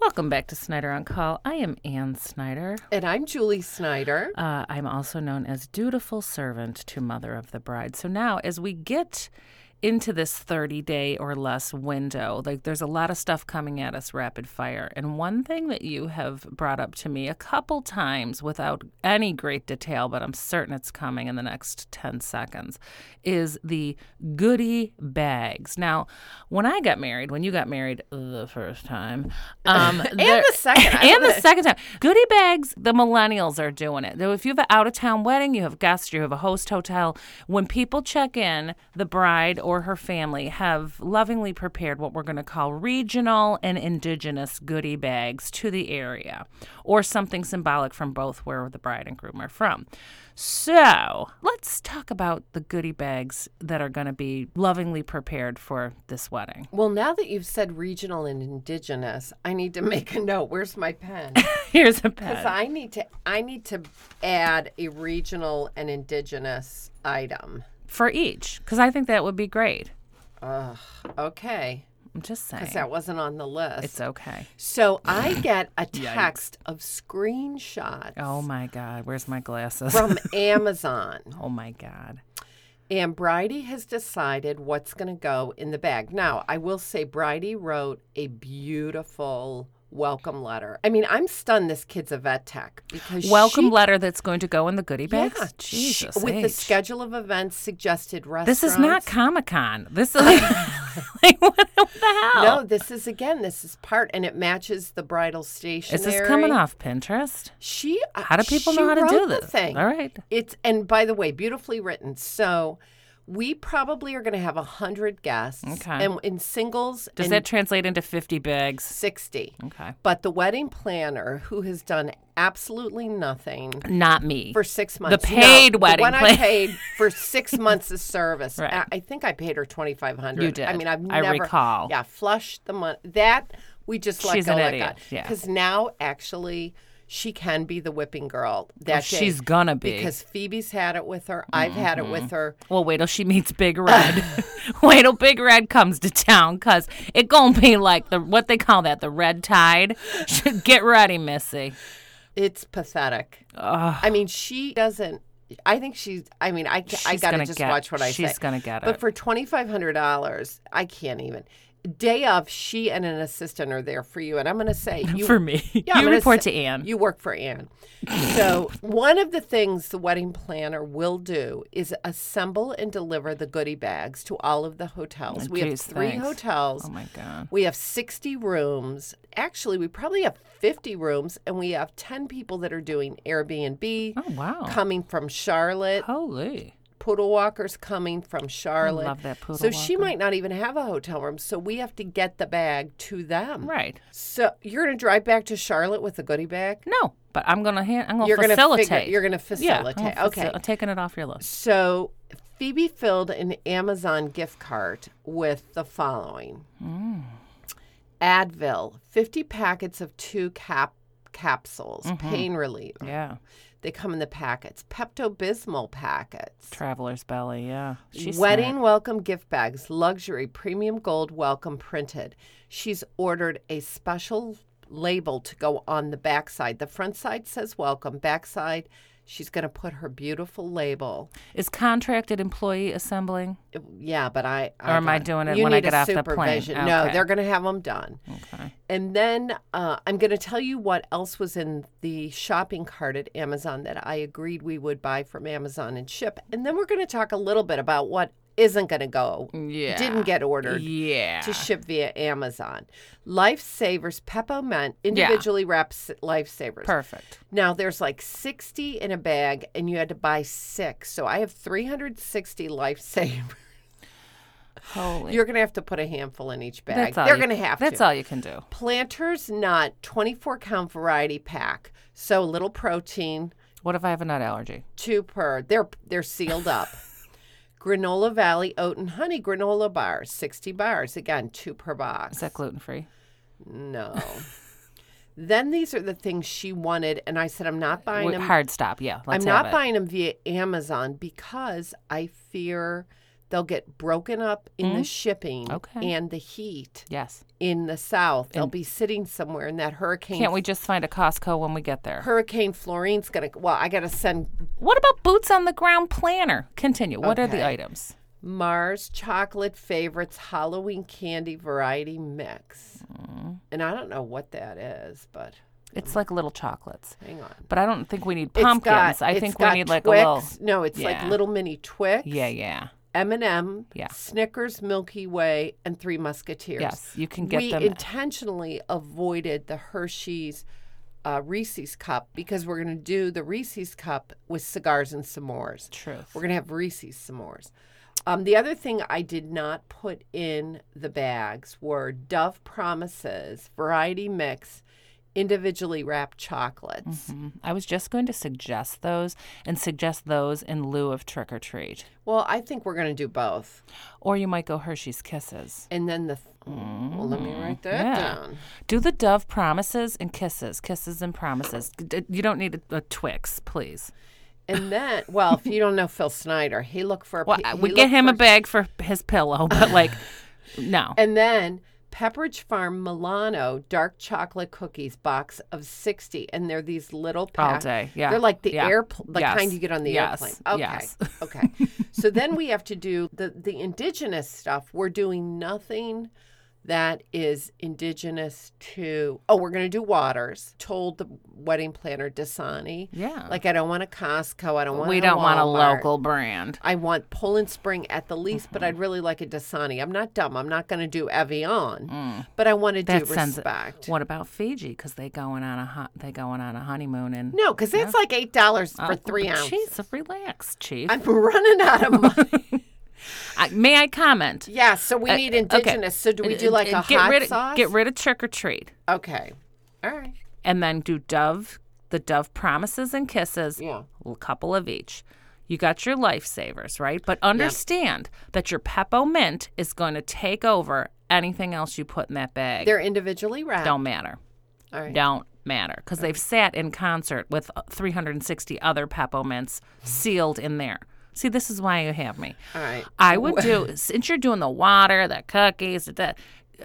Speaker 3: Welcome back to Snyder on Call. I am Ann Snyder.
Speaker 2: And I'm Julie Snyder.
Speaker 3: Uh, I'm also known as dutiful servant to Mother of the Bride. So now, as we get into this 30 day or less window, like there's a lot of stuff coming at us rapid fire. And one thing that you have brought up to me a couple times without any great detail, but I'm certain it's coming in the next 10 seconds, is the goodie bags. Now, when I got married, when you got married the first time, um, and
Speaker 2: the second. I
Speaker 3: and the second time. Goodie bags, the millennials are doing it. Though if you have an out of town wedding, you have guests, you have a host hotel, when people check in, the bride or her family have lovingly prepared what we're going to call regional and indigenous goodie bags to the area or something symbolic from both where the bride and groom are from. So, let's talk about the goodie bags that are going to be lovingly prepared for this wedding.
Speaker 2: Well, now that you've said regional and indigenous, I need to make a note. Where's my pen?
Speaker 3: Here's a
Speaker 2: Because
Speaker 3: pen.
Speaker 2: I need to I need to add a regional and indigenous item.
Speaker 3: for each because I think that would be great.
Speaker 2: Okay.
Speaker 3: I'm just saying.
Speaker 2: Because that wasn't on the list.
Speaker 3: It's okay.
Speaker 2: so I get a text of screenshots
Speaker 3: Oh my God, where's my glasses?
Speaker 2: from Amazon.
Speaker 3: oh my God.
Speaker 2: And Bridie has decided what's going to go in the bag. Now, I will say, Bridie wrote a beautiful welcome letter. I mean, I'm stunned this kid's a vet tech because
Speaker 3: Welcome
Speaker 2: she,
Speaker 3: letter that's going to go in the goodie
Speaker 2: Yeah,
Speaker 3: bags.
Speaker 2: she-
Speaker 3: Jesus,
Speaker 2: with the
Speaker 3: H.
Speaker 2: schedule of events, suggested restaurants.
Speaker 3: This is not Comic Con. This is like what, what the hell?
Speaker 2: No, this is again. This is part, and it matches the bridal station.
Speaker 3: is this coming off Pinterest?
Speaker 2: She. uh,
Speaker 3: How do people
Speaker 2: she
Speaker 3: know how to do
Speaker 2: wrote the
Speaker 3: this?
Speaker 2: Thing.
Speaker 3: All right.
Speaker 2: It's and by the way, beautifully written. So. We probably are going to have a hundred guests,
Speaker 3: Okay.
Speaker 2: and in singles
Speaker 3: Does
Speaker 2: and
Speaker 3: that translate into 50 bags?
Speaker 2: 60.
Speaker 3: Okay.
Speaker 2: But the wedding planner, who has done absolutely nothing
Speaker 3: Not me.
Speaker 2: for six months, No,
Speaker 3: paid wedding
Speaker 2: the one I
Speaker 3: plan-
Speaker 2: paid for six months of service.
Speaker 3: Right.
Speaker 2: I, I think I paid her twenty five hundred.
Speaker 3: You did.
Speaker 2: I mean, I've
Speaker 3: I
Speaker 2: never
Speaker 3: recall.
Speaker 2: Yeah, flushed the money. That we just let
Speaker 3: She's
Speaker 2: go
Speaker 3: an
Speaker 2: like
Speaker 3: idiot. Yeah.
Speaker 2: Because now actually. She can be the whipping girl that day
Speaker 3: Oh, she's gonna be. Mm-hmm.
Speaker 2: because Phoebe's had it with her. I've had it with her.
Speaker 3: Well, wait till she meets Big Red. wait till Big Red comes to town, cause it gonna be like the what they call that, the red tide. Get ready, Missy.
Speaker 2: It's pathetic. I mean, she doesn't. I think she's. I mean, I ca- I
Speaker 3: She's
Speaker 2: gotta
Speaker 3: gonna
Speaker 2: just
Speaker 3: get-
Speaker 2: watch what I say.
Speaker 3: she's gonna get
Speaker 2: But
Speaker 3: it.
Speaker 2: for twenty five hundred dollars, I can't even. Day of, she and an assistant are there for you, and I'm gonna say you
Speaker 3: For me,
Speaker 2: I'm
Speaker 3: you
Speaker 2: gonna
Speaker 3: report
Speaker 2: say-
Speaker 3: to Anne.
Speaker 2: You work for Anne. so one of the things the wedding planner will do is assemble and deliver the goodie bags to all of the hotels. we have
Speaker 3: Geez,
Speaker 2: three
Speaker 3: thanks.
Speaker 2: hotels.
Speaker 3: oh my god.
Speaker 2: We have 60 rooms. Actually, we probably have 50 rooms, and we have 10 people that are doing Airbnb.
Speaker 3: Oh wow.
Speaker 2: Coming from Charlotte,
Speaker 3: Holy.
Speaker 2: poodle walkers coming from Charlotte.
Speaker 3: love that poodle
Speaker 2: So she
Speaker 3: walker.
Speaker 2: might not even have a hotel room, so we have to get the bag to them.
Speaker 3: Right.
Speaker 2: So you're gonna drive back to Charlotte with a goodie bag?
Speaker 3: No, but I'm gonna hand. I'm gonna
Speaker 2: You're gonna figure-
Speaker 3: facilitate.
Speaker 2: you're gonna
Speaker 3: Yeah, I'm
Speaker 2: facilitate.
Speaker 3: gonna
Speaker 2: Okay.
Speaker 3: I'm taking it off your list.
Speaker 2: So Phoebe filled an Amazon gift card with the following Advil, 50 packets of two cap capsules, pain relief.
Speaker 3: Yeah.
Speaker 2: They come in the packets, Pepto Bismol packets.
Speaker 3: Traveler's belly. Yeah. She's
Speaker 2: Wedding welcome gift bags, luxury premium gold welcome printed. She's ordered a special label to go on the backside. The front side says welcome, backside, she's going to put her beautiful label.
Speaker 3: Is contracted employee assembling?
Speaker 2: Yeah, but I. I
Speaker 3: Or am I
Speaker 2: got-
Speaker 3: doing it
Speaker 2: you
Speaker 3: when I
Speaker 2: need a
Speaker 3: get off the plane?
Speaker 2: supervision. No,
Speaker 3: Okay.
Speaker 2: they're going to have them done.
Speaker 3: Okay.
Speaker 2: And then uh, I'm going to tell you what else was in the shopping cart at Amazon that I agreed we would buy from Amazon and ship. And then we're going to talk a little bit about what isn't going to go.
Speaker 3: Yeah.
Speaker 2: Didn't get ordered.
Speaker 3: Yeah.
Speaker 2: To ship via Amazon. Lifesavers, peppermint, individually wrapped s- lifesavers.
Speaker 3: Perfect.
Speaker 2: Now there's like 60 in a bag, and you had to buy six. So I have 360 lifesavers.
Speaker 3: Holy.
Speaker 2: You're going to have to put a handful in each bag.
Speaker 3: that's all
Speaker 2: They're
Speaker 3: you-
Speaker 2: going to have
Speaker 3: That's
Speaker 2: to.
Speaker 3: all you can do.
Speaker 2: Planters nut 24 count variety pack. So little protein,
Speaker 3: What if I have a nut allergy?
Speaker 2: two per. They're they're sealed up. Granola Valley oat and honey granola bars, 60 bars. Again, two per box.
Speaker 3: Is that gluten free?
Speaker 2: no. then these are the things she wanted, and I said I'm not buying them.
Speaker 3: Hard stop. Yeah. Let's
Speaker 2: I'm
Speaker 3: have
Speaker 2: not
Speaker 3: it.
Speaker 2: buying them via Amazon because I fear they'll get broken up in the shipping
Speaker 3: Mm? Okay.
Speaker 2: and the heat
Speaker 3: Yes.
Speaker 2: in the south. They'll be sitting somewhere in that hurricane.
Speaker 3: Can't we just find a Costco when we get there?
Speaker 2: Hurricane Florine's gonna. Well, I gotta send
Speaker 3: What about boots on the ground planner? Continue. What are the items?
Speaker 2: Mars Chocolate Favorites Halloween Candy Variety Mix,
Speaker 3: Mm.
Speaker 2: and I don't know what that is, but
Speaker 3: It's like little chocolates.
Speaker 2: hang on.
Speaker 3: But I don't think we need
Speaker 2: It's
Speaker 3: pumpkins.
Speaker 2: got-
Speaker 3: I
Speaker 2: it's
Speaker 3: think we
Speaker 2: got
Speaker 3: need like a
Speaker 2: Twix.
Speaker 3: little.
Speaker 2: No, it's like
Speaker 3: Yeah.
Speaker 2: little mini Twix.
Speaker 3: Yeah, yeah.
Speaker 2: M&M,
Speaker 3: Yeah.
Speaker 2: Snickers, Milky Way, and Three Musketeers.
Speaker 3: Yes, you can get
Speaker 2: we
Speaker 3: them-
Speaker 2: intentionally avoided the Hershey's uh, Reese's cup because we're going to do the Reese's cup with cigars and s'mores.
Speaker 3: Truth.
Speaker 2: We're going to have Reese's s'mores. Um, the other thing I did not put in the bags were Dove Promises variety mix individually wrapped chocolates.
Speaker 3: Mm-hmm. I was just going to suggest those and suggest those in lieu of trick or treat.
Speaker 2: Well, I think we're going to do both.
Speaker 3: Or you might go Hershey's Kisses.
Speaker 2: And then the th- well, let me write that
Speaker 3: Mm, yeah.
Speaker 2: down.
Speaker 3: Do the Dove promises and kisses, kisses and promises. D- d- You don't need a, a Twix, please.
Speaker 2: And then, well, if you don't know Phil Snyder, he looked for a.
Speaker 3: Well,
Speaker 2: pi-
Speaker 3: I-
Speaker 2: he
Speaker 3: we get
Speaker 2: looked
Speaker 3: him a
Speaker 2: for-
Speaker 3: bag for his pillow, but like, no.
Speaker 2: And then Pepperidge Farm Milano dark chocolate cookies box of sixty, and they're these little packs.
Speaker 3: day, yeah,
Speaker 2: they're like the
Speaker 3: yeah,
Speaker 2: airplane, the
Speaker 3: yes,
Speaker 2: kind you get on the
Speaker 3: yes,
Speaker 2: airplane. Okay,
Speaker 3: yes.
Speaker 2: okay. So then we have to do the the indigenous stuff. We're doing nothing that is indigenous to. Oh, we're going to do waters. Told the wedding planner Dasani.
Speaker 3: Yeah.
Speaker 2: Like I don't want a Costco. I don't want.
Speaker 3: We
Speaker 2: a
Speaker 3: don't want a
Speaker 2: Walmart.
Speaker 3: local brand.
Speaker 2: I want Poland Spring at the least, but
Speaker 3: Mm-hmm.
Speaker 2: I'd really like a Dasani. I'm not dumb. I'm not going to do Evian, but I want to do
Speaker 3: Mm. That sounds-
Speaker 2: respect.
Speaker 3: What about Fiji? Because they going on a hon- they going on a honeymoon and
Speaker 2: no, because that's like eight dollars for
Speaker 3: Oh,
Speaker 2: three ounces.
Speaker 3: Jeez, relax, Chief.
Speaker 2: I'm running out of money.
Speaker 3: I, may I comment?
Speaker 2: yeah, so
Speaker 3: Uh,
Speaker 2: we need indigenous. So do we do like a
Speaker 3: get
Speaker 2: hot
Speaker 3: rid of,
Speaker 2: sauce?
Speaker 3: Get rid of trick or treat,
Speaker 2: Okay, all right.
Speaker 3: and then do Dove, the Dove promises and kisses,
Speaker 2: Yeah.
Speaker 3: a couple of each. You got your lifesavers, right? But understand that your Peppo Mint is going to take over anything else you put in that bag.
Speaker 2: They're individually wrapped.
Speaker 3: don't matter.
Speaker 2: All right.
Speaker 3: Don't matter because they've sat in concert with uh, 360 other peppermints sealed in there. See, this is why you have me.
Speaker 2: All right.
Speaker 3: I would do since you're doing the water, the cookies, the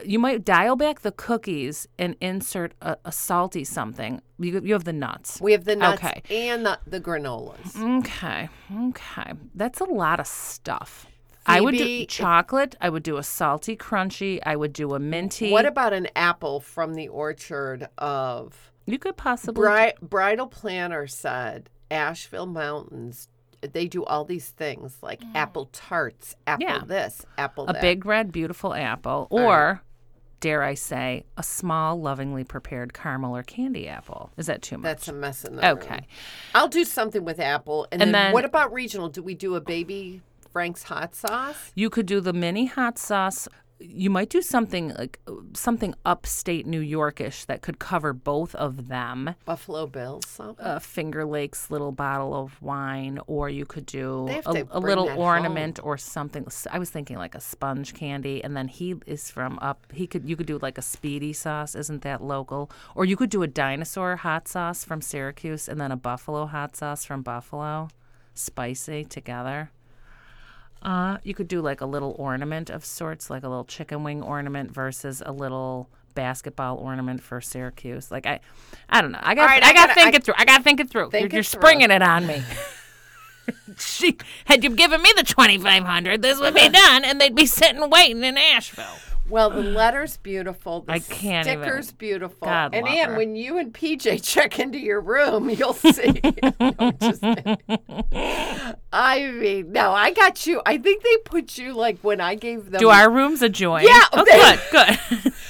Speaker 3: you might dial back the cookies and insert a, a salty something. You, you have the nuts.
Speaker 2: We have the nuts
Speaker 3: Okay. Mm-hmm.
Speaker 2: and the, the granolas.
Speaker 3: Okay. Okay. That's a lot of stuff. I would
Speaker 2: Phoebe,
Speaker 3: do
Speaker 2: if-
Speaker 3: chocolate. I would do a salty crunchy. I would do a minty.
Speaker 2: What about an apple from the orchard of?
Speaker 3: you could possibly
Speaker 2: Bri- bridal planner said Asheville Mountains. They do all these things like apple tarts, apple
Speaker 3: Mm. Yeah.
Speaker 2: this, apple
Speaker 3: a
Speaker 2: that.
Speaker 3: big red beautiful apple or dare i say a small lovingly prepared caramel or candy apple is that too much
Speaker 2: That's a mess in the room.
Speaker 3: Okay.
Speaker 2: I'll do something with apple, and,
Speaker 3: And
Speaker 2: then,
Speaker 3: then-
Speaker 2: what about regional? Do we do a baby Frank's hot sauce?
Speaker 3: you could do the mini hot sauce you might do something like uh, something upstate new yorkish that could cover both of them
Speaker 2: Buffalo Bills something?
Speaker 3: a finger lakes little bottle of wine or you could do
Speaker 2: They have
Speaker 3: a,
Speaker 2: to
Speaker 3: a
Speaker 2: bring
Speaker 3: little
Speaker 2: that
Speaker 3: ornament or something S- i was thinking like a sponge candy and then he is from up he could you could do like a speedy sauce isn't that local or you could do a dinosaur hot sauce from syracuse and then a buffalo hot sauce from buffalo spicy together uh, you could do like a little ornament of sorts, like a little chicken wing ornament versus a little basketball ornament for Syracuse. Like I, I don't know. I got,
Speaker 2: right,
Speaker 3: I,
Speaker 2: I
Speaker 3: got to
Speaker 2: gotta-
Speaker 3: think
Speaker 2: I-
Speaker 3: it through. I got to think it through.
Speaker 2: Think
Speaker 3: you're you're
Speaker 2: it through.
Speaker 3: springing it on me. she had you given me the twenty five hundred, this would be done, and they'd be sitting waiting in Asheville.
Speaker 2: Well, the letter's beautiful. The
Speaker 3: I can't even-
Speaker 2: sticker's beautiful.
Speaker 3: God
Speaker 2: and
Speaker 3: love
Speaker 2: Ann,
Speaker 3: her.
Speaker 2: when you and PJ check into your room, you'll see. No, I'm just kidding. I mean, no, I got you. I think they put you like when I gave them.
Speaker 3: Do our rooms adjoin?
Speaker 2: Yeah,
Speaker 3: Oh,
Speaker 2: they-
Speaker 3: good,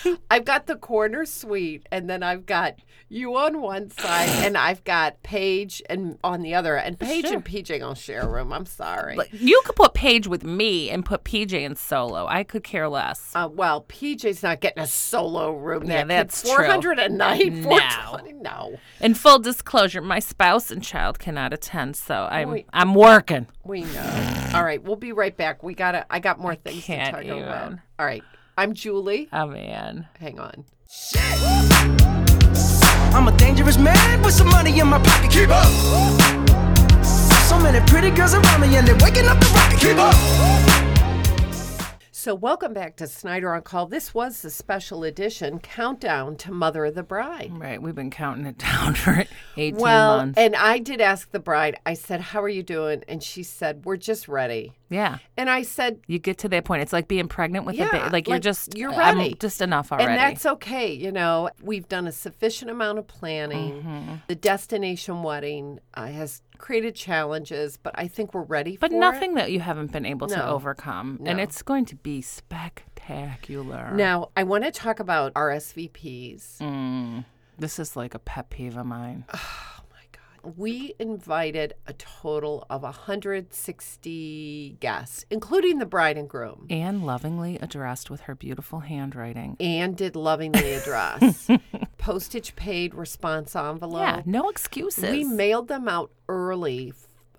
Speaker 3: good.
Speaker 2: I've got the corner suite, and then I've got you on one side, and I've got Paige and on the other. And Paige and PJ gonna share a room. I'm sorry.
Speaker 3: But you could put Paige with me and put PJ in solo. I could care less.
Speaker 2: Uh, well, PJ's not getting a solo room.
Speaker 3: Yeah,
Speaker 2: That kid-
Speaker 3: that's true.
Speaker 2: 400 a night.
Speaker 3: No.
Speaker 2: 420, no.
Speaker 3: In full disclosure, my spouse and child cannot attend, so I'm
Speaker 2: Wait.
Speaker 3: I'm working.
Speaker 2: We know. All right, we'll be right back. We gotta. I got more things to
Speaker 3: can't
Speaker 2: talk about.
Speaker 3: even.
Speaker 2: All right, I'm Julie.
Speaker 3: Oh man.
Speaker 2: Hang on.
Speaker 4: I'm a dangerous man with some money in my pocket. Keep up. So many pretty girls around me and they're waking up the rocket. Keep up.
Speaker 2: So, welcome back to Snyder on Call. This was the special edition countdown to Mother of the Bride.
Speaker 3: Right. We've been counting it down for 18
Speaker 2: Well,
Speaker 3: Mm, months.
Speaker 2: and I did ask the bride, I said, How are you doing? And she said, We're just ready.
Speaker 3: yeah.
Speaker 2: And I said,
Speaker 3: You get to that point. It's like being pregnant with a
Speaker 2: Yeah,
Speaker 3: baby. Like you're
Speaker 2: like,
Speaker 3: just
Speaker 2: you're
Speaker 3: I'm
Speaker 2: ready.
Speaker 3: just enough already.
Speaker 2: And that's okay. You know, we've done a sufficient amount of planning.
Speaker 3: Mm-hmm.
Speaker 2: The destination wedding uh, has created challenges, but I think we're ready
Speaker 3: but
Speaker 2: for
Speaker 3: nothing
Speaker 2: it.
Speaker 3: that you haven't been able to
Speaker 2: No.
Speaker 3: overcome. And
Speaker 2: No.
Speaker 3: it's going to be spectacular.
Speaker 2: Now, I want to talk about RSVPs.
Speaker 3: Mm. This is like a pet peeve of mine.
Speaker 2: We invited a total of 160 guests, including the bride and groom,
Speaker 3: Anne lovingly addressed with her beautiful handwriting.
Speaker 2: and did lovingly address. Postage paid, response envelope.
Speaker 3: Yeah, no excuses.
Speaker 2: We mailed them out early.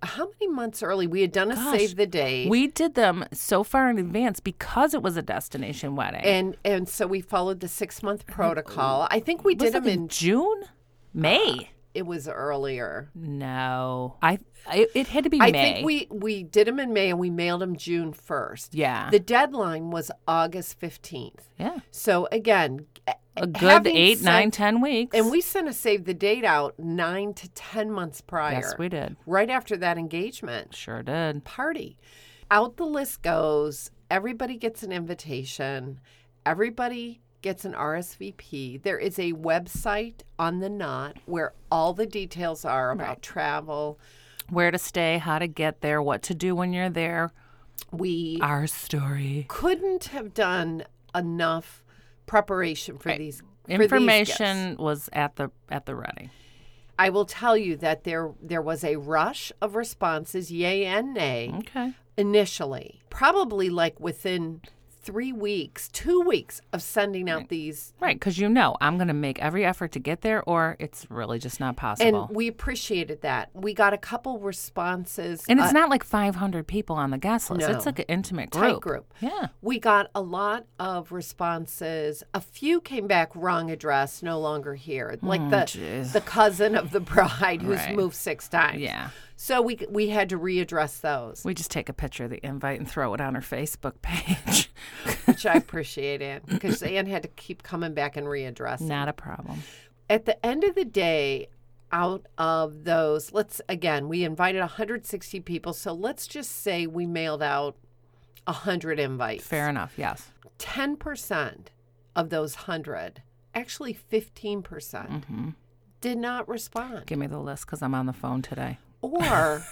Speaker 2: How many months early? We had done a save the date.
Speaker 3: We did them so far in advance because it was a destination wedding.
Speaker 2: and and so we followed the six month protocol. I think we
Speaker 3: was
Speaker 2: did
Speaker 3: it
Speaker 2: them in. Uh,
Speaker 3: in June? May?
Speaker 2: It was earlier.
Speaker 3: No. I it, it had to be May.
Speaker 2: I think we we did them in May and we mailed them June first.
Speaker 3: Yeah.
Speaker 2: The deadline was August fifteenth.
Speaker 3: yeah.
Speaker 2: So again,
Speaker 3: A good
Speaker 2: having
Speaker 3: eight,
Speaker 2: sent-
Speaker 3: nine, ten weeks.
Speaker 2: and we sent a save the date out nine to ten months prior.
Speaker 3: Yes, we did.
Speaker 2: Right after that engagement
Speaker 3: Sure did.
Speaker 2: party, out the list goes. Everybody gets an invitation. Everybody gets an RSVP. There is a website on the knot where all the details are about travel.
Speaker 3: Where to stay, how to get there, what to do when you're there.
Speaker 2: We
Speaker 3: Our story.
Speaker 2: couldn't have done enough preparation for these for these guests.
Speaker 3: Information was at the at the ready.
Speaker 2: I will tell you that there there was a rush of responses, yay and nay,
Speaker 3: Okay.
Speaker 2: initially. Probably like within three weeks, two weeks of sending out these.
Speaker 3: Right, because you know I'm going to make every effort to get there, or it's really just not
Speaker 2: And
Speaker 3: possible.
Speaker 2: we appreciated that. We got a couple responses.
Speaker 3: And it's
Speaker 2: uh,
Speaker 3: not like 500 people on the guest list. It's
Speaker 2: No.
Speaker 3: like an intimate group.
Speaker 2: tight group.
Speaker 3: Yeah.
Speaker 2: We got a lot of responses. A few came back wrong address, no longer here. Like the the cousin of the bride who's
Speaker 3: Hmm, Right.
Speaker 2: moved six times.
Speaker 3: Yeah.
Speaker 2: So we we had to readdress those,
Speaker 3: We just take a picture of the invite and throw it on her Facebook page.
Speaker 2: which I appreciated because Anne had to keep coming back and readdressing.
Speaker 3: not a problem.
Speaker 2: At the end of the day, out of those, let's again, we invited 160 people, so let's just say we mailed out 100 invites.
Speaker 3: Fair enough. yes.
Speaker 2: 10% of those 100, actually 15%, percent
Speaker 3: Mm-hmm.
Speaker 2: did not respond.
Speaker 3: Give me the list because I'm on the phone today.
Speaker 2: Or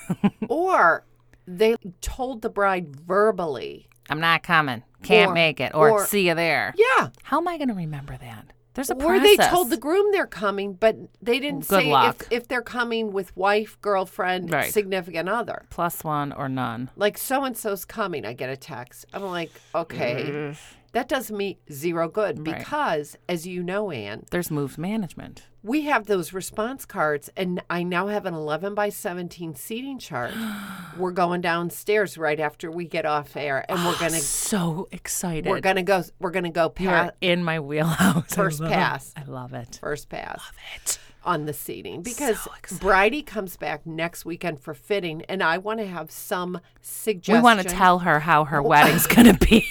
Speaker 2: or they told the bride verbally.
Speaker 3: I'm not coming. Can't
Speaker 2: Or-
Speaker 3: make it. Or,
Speaker 2: or-
Speaker 3: see you there.
Speaker 2: Yeah.
Speaker 3: How am I going to remember that? There's a
Speaker 2: Or
Speaker 3: process.
Speaker 2: they told the groom they're coming, but they didn't
Speaker 3: Good
Speaker 2: say
Speaker 3: luck.
Speaker 2: if, if they're coming with wife, girlfriend,
Speaker 3: Right.
Speaker 2: significant other.
Speaker 3: plus one or none.
Speaker 2: Like so and so's coming, I get a text. I'm like, okay, that does me zero good
Speaker 3: Mm-hmm. Right.
Speaker 2: because, as you know, Anne,
Speaker 3: There's moves management.
Speaker 2: We have those response cards, and I now have an 11 by 17 seating chart. we're going downstairs right after we get off air, and we're gonna
Speaker 3: So excited.
Speaker 2: we're gonna go we're gonna go
Speaker 3: Oh, You're
Speaker 2: past
Speaker 3: in my wheelhouse. I
Speaker 2: First
Speaker 3: love it.
Speaker 2: pass.
Speaker 3: I love it.
Speaker 2: first pass
Speaker 3: it.
Speaker 2: on the seating because
Speaker 3: So excited.
Speaker 2: Bridie comes back next weekend for fitting, and I want to have some
Speaker 3: We
Speaker 2: suggestions.
Speaker 3: want to tell her how her wedding's going to be.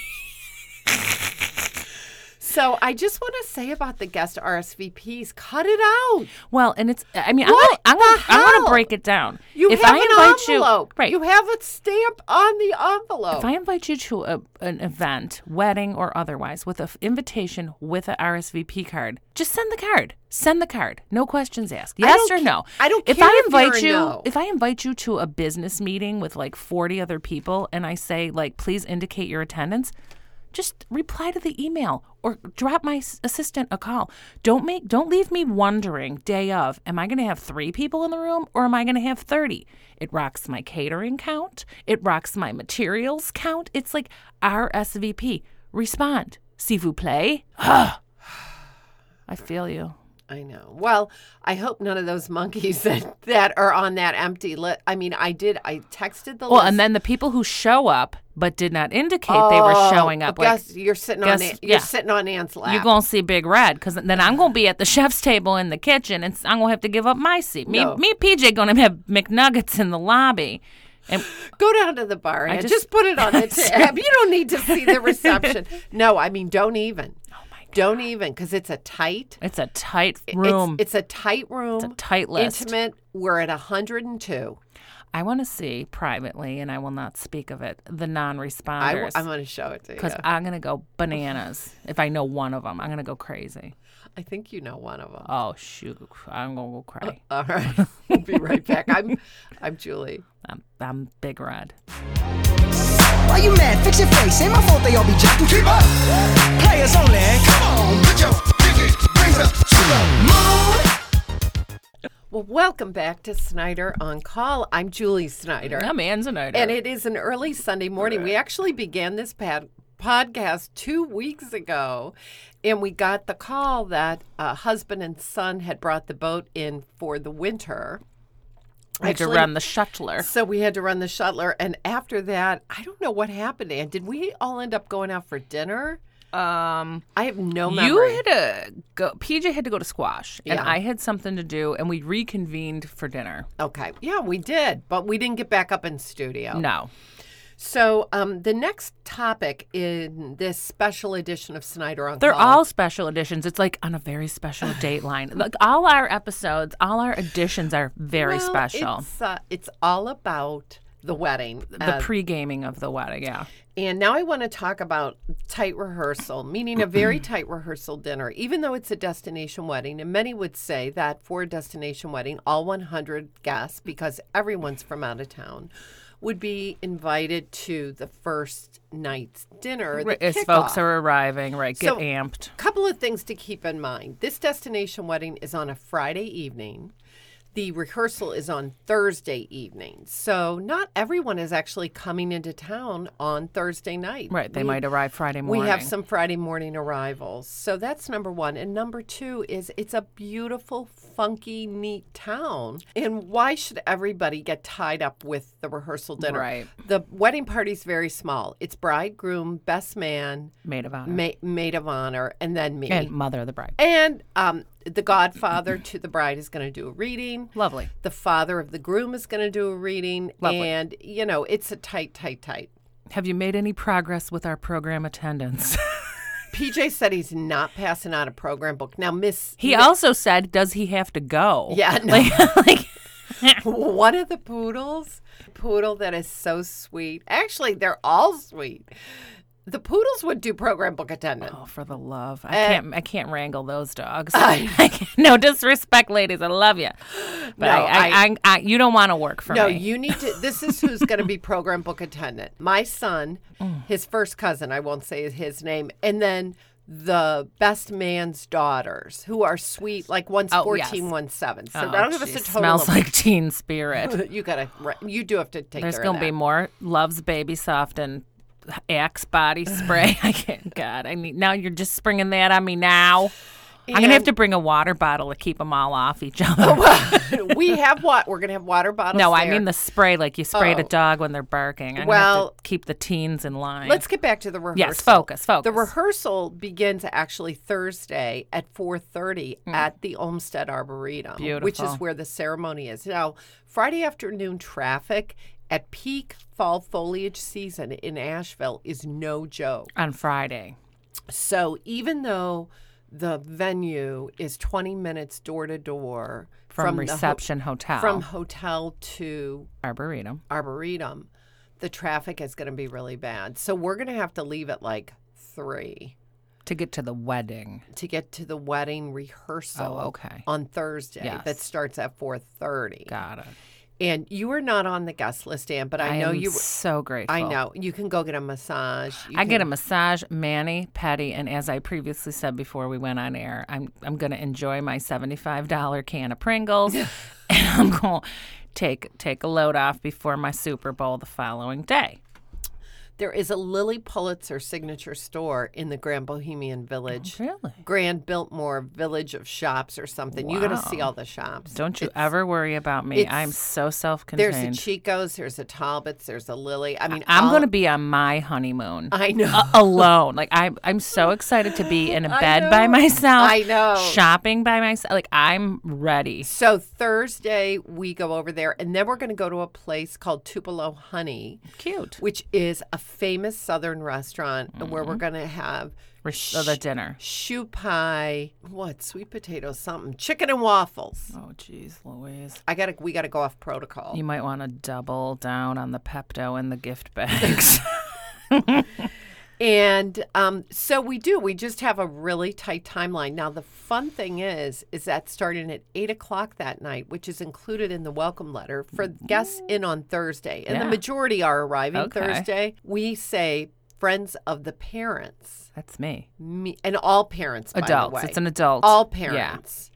Speaker 2: So I just want to say about the guest RSVPs, cut it out.
Speaker 3: Well, and it's I mean, I'm
Speaker 2: What
Speaker 3: gonna, I'm gonna,
Speaker 2: the
Speaker 3: I'm gonna
Speaker 2: hell?
Speaker 3: break it down.
Speaker 2: You
Speaker 3: if
Speaker 2: have
Speaker 3: I
Speaker 2: an
Speaker 3: invite
Speaker 2: envelope.
Speaker 3: you, right?
Speaker 2: You have a stamp on the envelope.
Speaker 3: if I invite you to a, an event, wedding or otherwise, with an invitation with an RSVP card, just send the card. Send the card. No questions asked. Yes
Speaker 2: don't
Speaker 3: or
Speaker 2: ca-
Speaker 3: no.
Speaker 2: I don't
Speaker 3: If
Speaker 2: care
Speaker 3: I
Speaker 2: if you're
Speaker 3: invite
Speaker 2: a
Speaker 3: you,
Speaker 2: no.
Speaker 3: if I invite you to a business meeting with like 40 other people, and I say like, please indicate your attendance. Just reply to the email or drop my s- assistant a call. Don't make don't leave me wondering day of, am I going to have 3 people in the room or am I going to have 30? It rocks my catering count, it rocks my materials count. It's like RSVP. Respond. S'il vous plaît. Ugh. I feel you.
Speaker 2: I know. Well, I hope none of those monkeys that, that are on that empty list. I mean, I did. I texted the
Speaker 3: Well,
Speaker 2: list.
Speaker 3: and then the people who show up but did not indicate they were showing up. Like,
Speaker 2: Oh, Guess you're sitting on.
Speaker 3: guess-
Speaker 2: An- You're
Speaker 3: yeah.
Speaker 2: sitting on Anne's lap.
Speaker 3: you're gonna see Big Red, because then I'm gonna be at the chef's table in the kitchen, and s- I'm gonna have to give up my seat. Me,
Speaker 2: No.
Speaker 3: me, and PJ gonna have McNuggets in the lobby, And
Speaker 2: Go down to the bar and just,
Speaker 3: just-
Speaker 2: put it on the tab. You don't need to see the reception. no, I mean, don't even. Oh my God. Don't even because it's a tight
Speaker 3: it's a tight
Speaker 2: it's-
Speaker 3: room.
Speaker 2: It's, a tight room. It's
Speaker 3: a tight list.
Speaker 2: Intimate. We're at 102.
Speaker 3: I want to see privately, and I will not speak of it, the non
Speaker 2: I, w-
Speaker 3: responders.
Speaker 2: I'm going to show it to you.
Speaker 3: Because I'm going to go bananas if I know one of them. I'm going to go crazy.
Speaker 2: I think you know one of them.
Speaker 3: Oh, shoot. I'm going to go cry.
Speaker 2: All right. we'll be right back. I'm I'm Julie.
Speaker 3: I'm, I'm big red.
Speaker 4: Why you mad? Fix your face. Ain't my fault they all be jocking. Keep up. Players only. Come on, put your pinky rings up to the moon.
Speaker 2: Well, welcome back to Snyder on Call. I'm Julie Snyder.
Speaker 3: I'm Anzanite.
Speaker 2: And it is an early Sunday morning. We actually began this pad- podcast two weeks ago, and we got the call that a husband and son had brought the boat in for the winter.
Speaker 3: I had to
Speaker 2: Actually-
Speaker 3: run the shuttler.
Speaker 2: So we had to run the shuttler, and after that, I don't know what happened. And did we all end up going out for dinner?
Speaker 5: Um,
Speaker 2: I have no memory.
Speaker 5: you had to go. PJ had to go to squash, and
Speaker 2: Yeah.
Speaker 5: I had something to do, and we reconvened for dinner.
Speaker 2: okay, yeah, we did, but we didn't get back up in studio.
Speaker 5: No,
Speaker 2: So um, the next topic in this special edition of Snyder on
Speaker 3: They're
Speaker 2: Call-
Speaker 3: all special editions. It's like on a very special dateline. Like all our episodes, all our editions are very
Speaker 2: Well,
Speaker 3: special.
Speaker 2: It's, uh, it's all about the wedding.
Speaker 3: The
Speaker 2: Uh,
Speaker 3: pre gaming of the wedding, yeah.
Speaker 2: and now I want to talk about tight rehearsal, meaning a very tight rehearsal dinner. Even though it's a destination wedding, and many would say that for a destination wedding, all 100 guests, because everyone's from out of town, would be invited to the first night's dinner. the
Speaker 3: As folks
Speaker 2: kickoff.
Speaker 3: are arriving, right? Get
Speaker 2: So-
Speaker 3: amped.
Speaker 2: Couple of things to keep in mind. This destination wedding is on a Friday evening. The rehearsal is on Thursday evening. So not everyone is actually coming into town on Thursday night.
Speaker 3: Right. They
Speaker 2: We-
Speaker 3: might arrive Friday morning.
Speaker 2: We have some Friday morning arrivals. So that's number one. And number two is it's a beautiful, funky, neat town. And why should everybody get tied up with the rehearsal dinner?
Speaker 5: Right.
Speaker 2: The wedding party's very small. It's bride, groom, best man,
Speaker 3: Maid of honor.
Speaker 2: ma- maid of honor, and then me.
Speaker 3: and mother of the bride.
Speaker 2: And um, the godfather to the bride is going to do a reading.
Speaker 3: Lovely.
Speaker 2: The father of the groom is going to do a reading.
Speaker 3: Lovely.
Speaker 2: And, you know, it's a tight, tight, tight.
Speaker 3: Have you made any progress with our program attendance?
Speaker 2: PJ said he's not passing out a program book. Now, Miss.
Speaker 3: he also said, does he have to go?
Speaker 2: Yeah, no.
Speaker 3: Like, like
Speaker 2: one of the poodles, poodle that is so sweet. Actually, they're all sweet. The poodles would do program book attendance.
Speaker 3: Oh, for the love. I
Speaker 2: Eh.
Speaker 3: can't I can't wrangle those dogs. I can't- no disrespect, ladies. I love you. But
Speaker 2: No,
Speaker 3: I, I, I, I, you don't want to work for
Speaker 2: No,
Speaker 3: me.
Speaker 2: you need to. This is who's going to be program book attendant. My son,
Speaker 3: Mm.
Speaker 2: his first cousin, I won't say his name, and then the best man's daughters, who are sweet. Like one's
Speaker 3: Oh,
Speaker 2: 14,
Speaker 3: yes.
Speaker 2: one's seven. So
Speaker 3: Oh,
Speaker 2: I don't give us
Speaker 3: geez,
Speaker 2: a total.
Speaker 3: smells
Speaker 2: of-
Speaker 3: like teen spirit.
Speaker 2: you gotta. right, You do have to take.
Speaker 3: There's
Speaker 2: care of
Speaker 3: gonna be
Speaker 2: that.
Speaker 3: more loves baby soft and axe body spray. I can't. God, I need now. You're just springing that on me now. I'm gonna have
Speaker 2: And- Oh,
Speaker 3: to bring a water bottle to keep them all off each other.
Speaker 2: we have what? We're gonna have water bottles.
Speaker 3: no, I
Speaker 2: there.
Speaker 3: mean the spray, like you spray the
Speaker 2: Oh.
Speaker 3: dog when they're barking. I'm gonna
Speaker 2: Well-
Speaker 3: have to keep the teens in line.
Speaker 2: Let's get back to the rehearsal.
Speaker 3: yes, focus, focus.
Speaker 2: The rehearsal begins actually Thursday at 4:30 at the Olmsted Arboretum, which
Speaker 3: Mm. Beautiful.
Speaker 2: is where the ceremony is. Now, Friday afternoon traffic at peak fall foliage season in Asheville is no joke.
Speaker 3: on Friday.
Speaker 2: So, even though the venue is 20 minutes door to door
Speaker 3: from,
Speaker 2: the ho-
Speaker 3: reception hotel
Speaker 2: from hotel to
Speaker 3: arboretum
Speaker 2: arboretum, the traffic is going to be really bad. So, we're going to have to leave at like 3.
Speaker 3: to get to the wedding.
Speaker 2: to get to the wedding rehearsal
Speaker 3: Oh, okay.
Speaker 2: on Thursday that
Speaker 3: Yes.
Speaker 2: starts at 4:30.
Speaker 3: Got it.
Speaker 2: And you are not on the guest list, Ann, but I,
Speaker 3: I,
Speaker 2: know
Speaker 3: am
Speaker 2: you
Speaker 3: so grateful.
Speaker 2: I know. You can go get a massage. You
Speaker 3: I get a
Speaker 2: can-
Speaker 3: massage, mani, pedi, and as I previously said before we went on air, I'm I'm going to enjoy my seventy-five dollar can of Pringles, and I'm going to take take a load off before my Super Bowl the following day.
Speaker 2: There is a Lily Pulitzer signature store in the Grand Bohemian Village.
Speaker 3: Oh, Really?
Speaker 2: Grand Biltmore Village of Shops or something. You're going to see all the shops.
Speaker 3: Don't you ever worry about me.
Speaker 2: it's-
Speaker 3: I'm so self-contained.
Speaker 2: There's a Chico's, there's a Talbot's, there's a Lily. I mean,
Speaker 3: I'm
Speaker 2: all-
Speaker 3: going to be on my honeymoon.
Speaker 2: I know.
Speaker 3: alone. Like I'm I'm so excited to be in a bed by
Speaker 2: know.
Speaker 3: myself.
Speaker 2: I know.
Speaker 3: Shopping by myself. Like I'm ready.
Speaker 2: So Thursday we go over there, and then we're going to go to a place called Tupelo Honey,
Speaker 3: Cute.
Speaker 2: which is a famous Southern restaurant, where we're going to have
Speaker 3: We're sh- the Mm-hmm. dinner.
Speaker 2: shoe pie, what sweet potato, something, chicken and waffles.
Speaker 3: Oh jeez, Louise.
Speaker 2: I gotta, we gotta go off protocol.
Speaker 3: You might want to double down on the Pepto and the gift bags.
Speaker 2: And um, so we do. We just have a really tight timeline. Now the fun thing is, is that starting at eight o'clock that night, which is included in the welcome letter for guests in on Thursday, and the
Speaker 3: Mm-hmm. Yeah.
Speaker 2: majority are arriving
Speaker 3: Okay.
Speaker 2: Thursday. We say friends of the parents,
Speaker 3: That's me.
Speaker 2: me, and all parents, by the
Speaker 3: Adults.
Speaker 2: way.
Speaker 3: It's an adult.
Speaker 2: all
Speaker 3: Yeah.
Speaker 2: parents.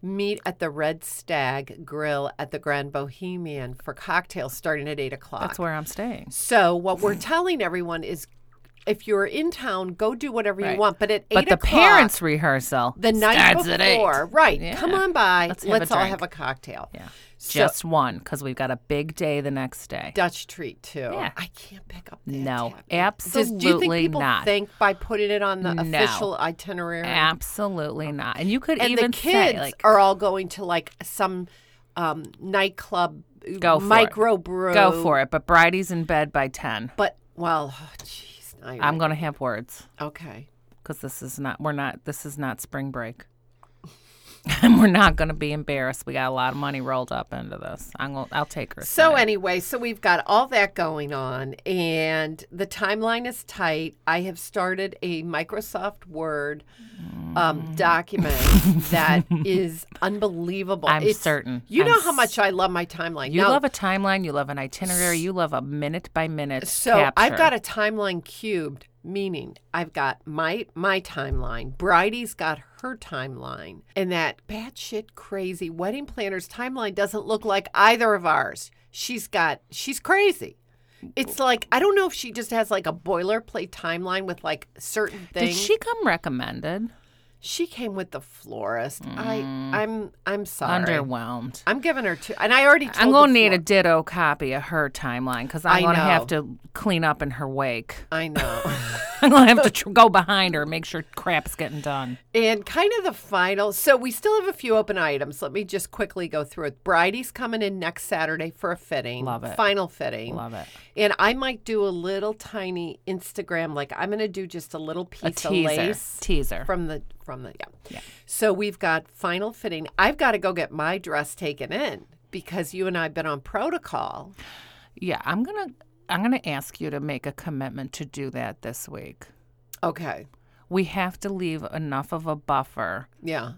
Speaker 2: Meet at the Red Stag Grill at the Grand Bohemian for cocktails starting at eight o'clock.
Speaker 3: That's where I'm staying.
Speaker 2: So what we're telling everyone is, if you're in town, go do whatever you
Speaker 3: Right.
Speaker 2: want. But at eight
Speaker 3: But the
Speaker 2: o'clock,
Speaker 3: parents rehearsal
Speaker 2: the night
Speaker 3: starts at eight.
Speaker 2: before, right?
Speaker 3: Yeah.
Speaker 2: Come on by. Let's,
Speaker 3: Let's have a
Speaker 2: all
Speaker 3: drink.
Speaker 2: have a cocktail.
Speaker 3: Yeah.
Speaker 2: So-
Speaker 3: Just one, because we've got a big day the next day.
Speaker 2: Dutch treat too.
Speaker 3: Yeah.
Speaker 2: I can't pick up. That
Speaker 3: No,
Speaker 2: tab. Does,
Speaker 3: absolutely
Speaker 2: do you think people
Speaker 3: not.
Speaker 2: think by putting it on the
Speaker 3: No.
Speaker 2: official itinerary?
Speaker 3: Absolutely not. And you could
Speaker 2: and
Speaker 3: even
Speaker 2: the kids
Speaker 3: say, like,
Speaker 2: are all going to like some um, nightclub
Speaker 3: Go for it.
Speaker 2: micro brew.
Speaker 3: Go for it. But Bridie's in bed by 10.
Speaker 2: But well, oh, jeez, now you're
Speaker 3: I'm
Speaker 2: right.
Speaker 3: going to have words
Speaker 2: okay.
Speaker 3: because this is not, we're not, this is not spring break. And we're not going to be embarrassed. We got a lot of money rolled up into this. I'm gonna, I'll take her.
Speaker 2: So
Speaker 3: side.
Speaker 2: anyway, so we've got all that going on and the timeline is tight. I have started a Microsoft Word
Speaker 3: Mm.
Speaker 2: um, document that is unbelievable.
Speaker 3: I'm certain.
Speaker 2: You
Speaker 3: I'm
Speaker 2: know how much I love my timeline.
Speaker 3: you
Speaker 2: Now,
Speaker 3: love a timeline, you love an itinerary, you love a minute by minute.
Speaker 2: so I've got a timeline cubed, meaning I've got my my timeline. Bridie's got her timeline, and that batshit crazy wedding planner's timeline doesn't look like either of ours. She's got she's crazy. It's like I don't know if she just has like a boilerplate timeline with like certain
Speaker 3: Did
Speaker 2: things.
Speaker 3: she come recommended?
Speaker 2: She came with the florist.
Speaker 3: Mm.
Speaker 2: I I'm I'm sorry.
Speaker 3: Underwhelmed.
Speaker 2: I'm giving her two, and I already. Told
Speaker 3: I'm gonna
Speaker 2: the
Speaker 3: need a
Speaker 2: flor-
Speaker 3: ditto copy of her timeline because
Speaker 2: I
Speaker 3: I'm gonna have
Speaker 2: know.
Speaker 3: to clean up in her wake.
Speaker 2: I know.
Speaker 3: I'm gonna have to tr- go behind her, and make sure crap's getting done.
Speaker 2: And kind of the final. So we still have a few open items. Let me just quickly go through it. Bridie's coming in next Saturday for a fitting.
Speaker 3: Love it.
Speaker 2: Final fitting.
Speaker 3: Love it.
Speaker 2: And I might do a little tiny Instagram. Like I'm going to do just a little piece
Speaker 3: A teaser,
Speaker 2: of lace
Speaker 3: teaser.
Speaker 2: from the from the yeah. yeah. So we've got final fitting. I've got to go get my dress taken in because you and I've been on protocol.
Speaker 3: yeah, I'm gonna I'm gonna ask you to make a commitment to do that this week.
Speaker 2: Okay.
Speaker 3: We have to leave enough of a buffer
Speaker 2: Yeah.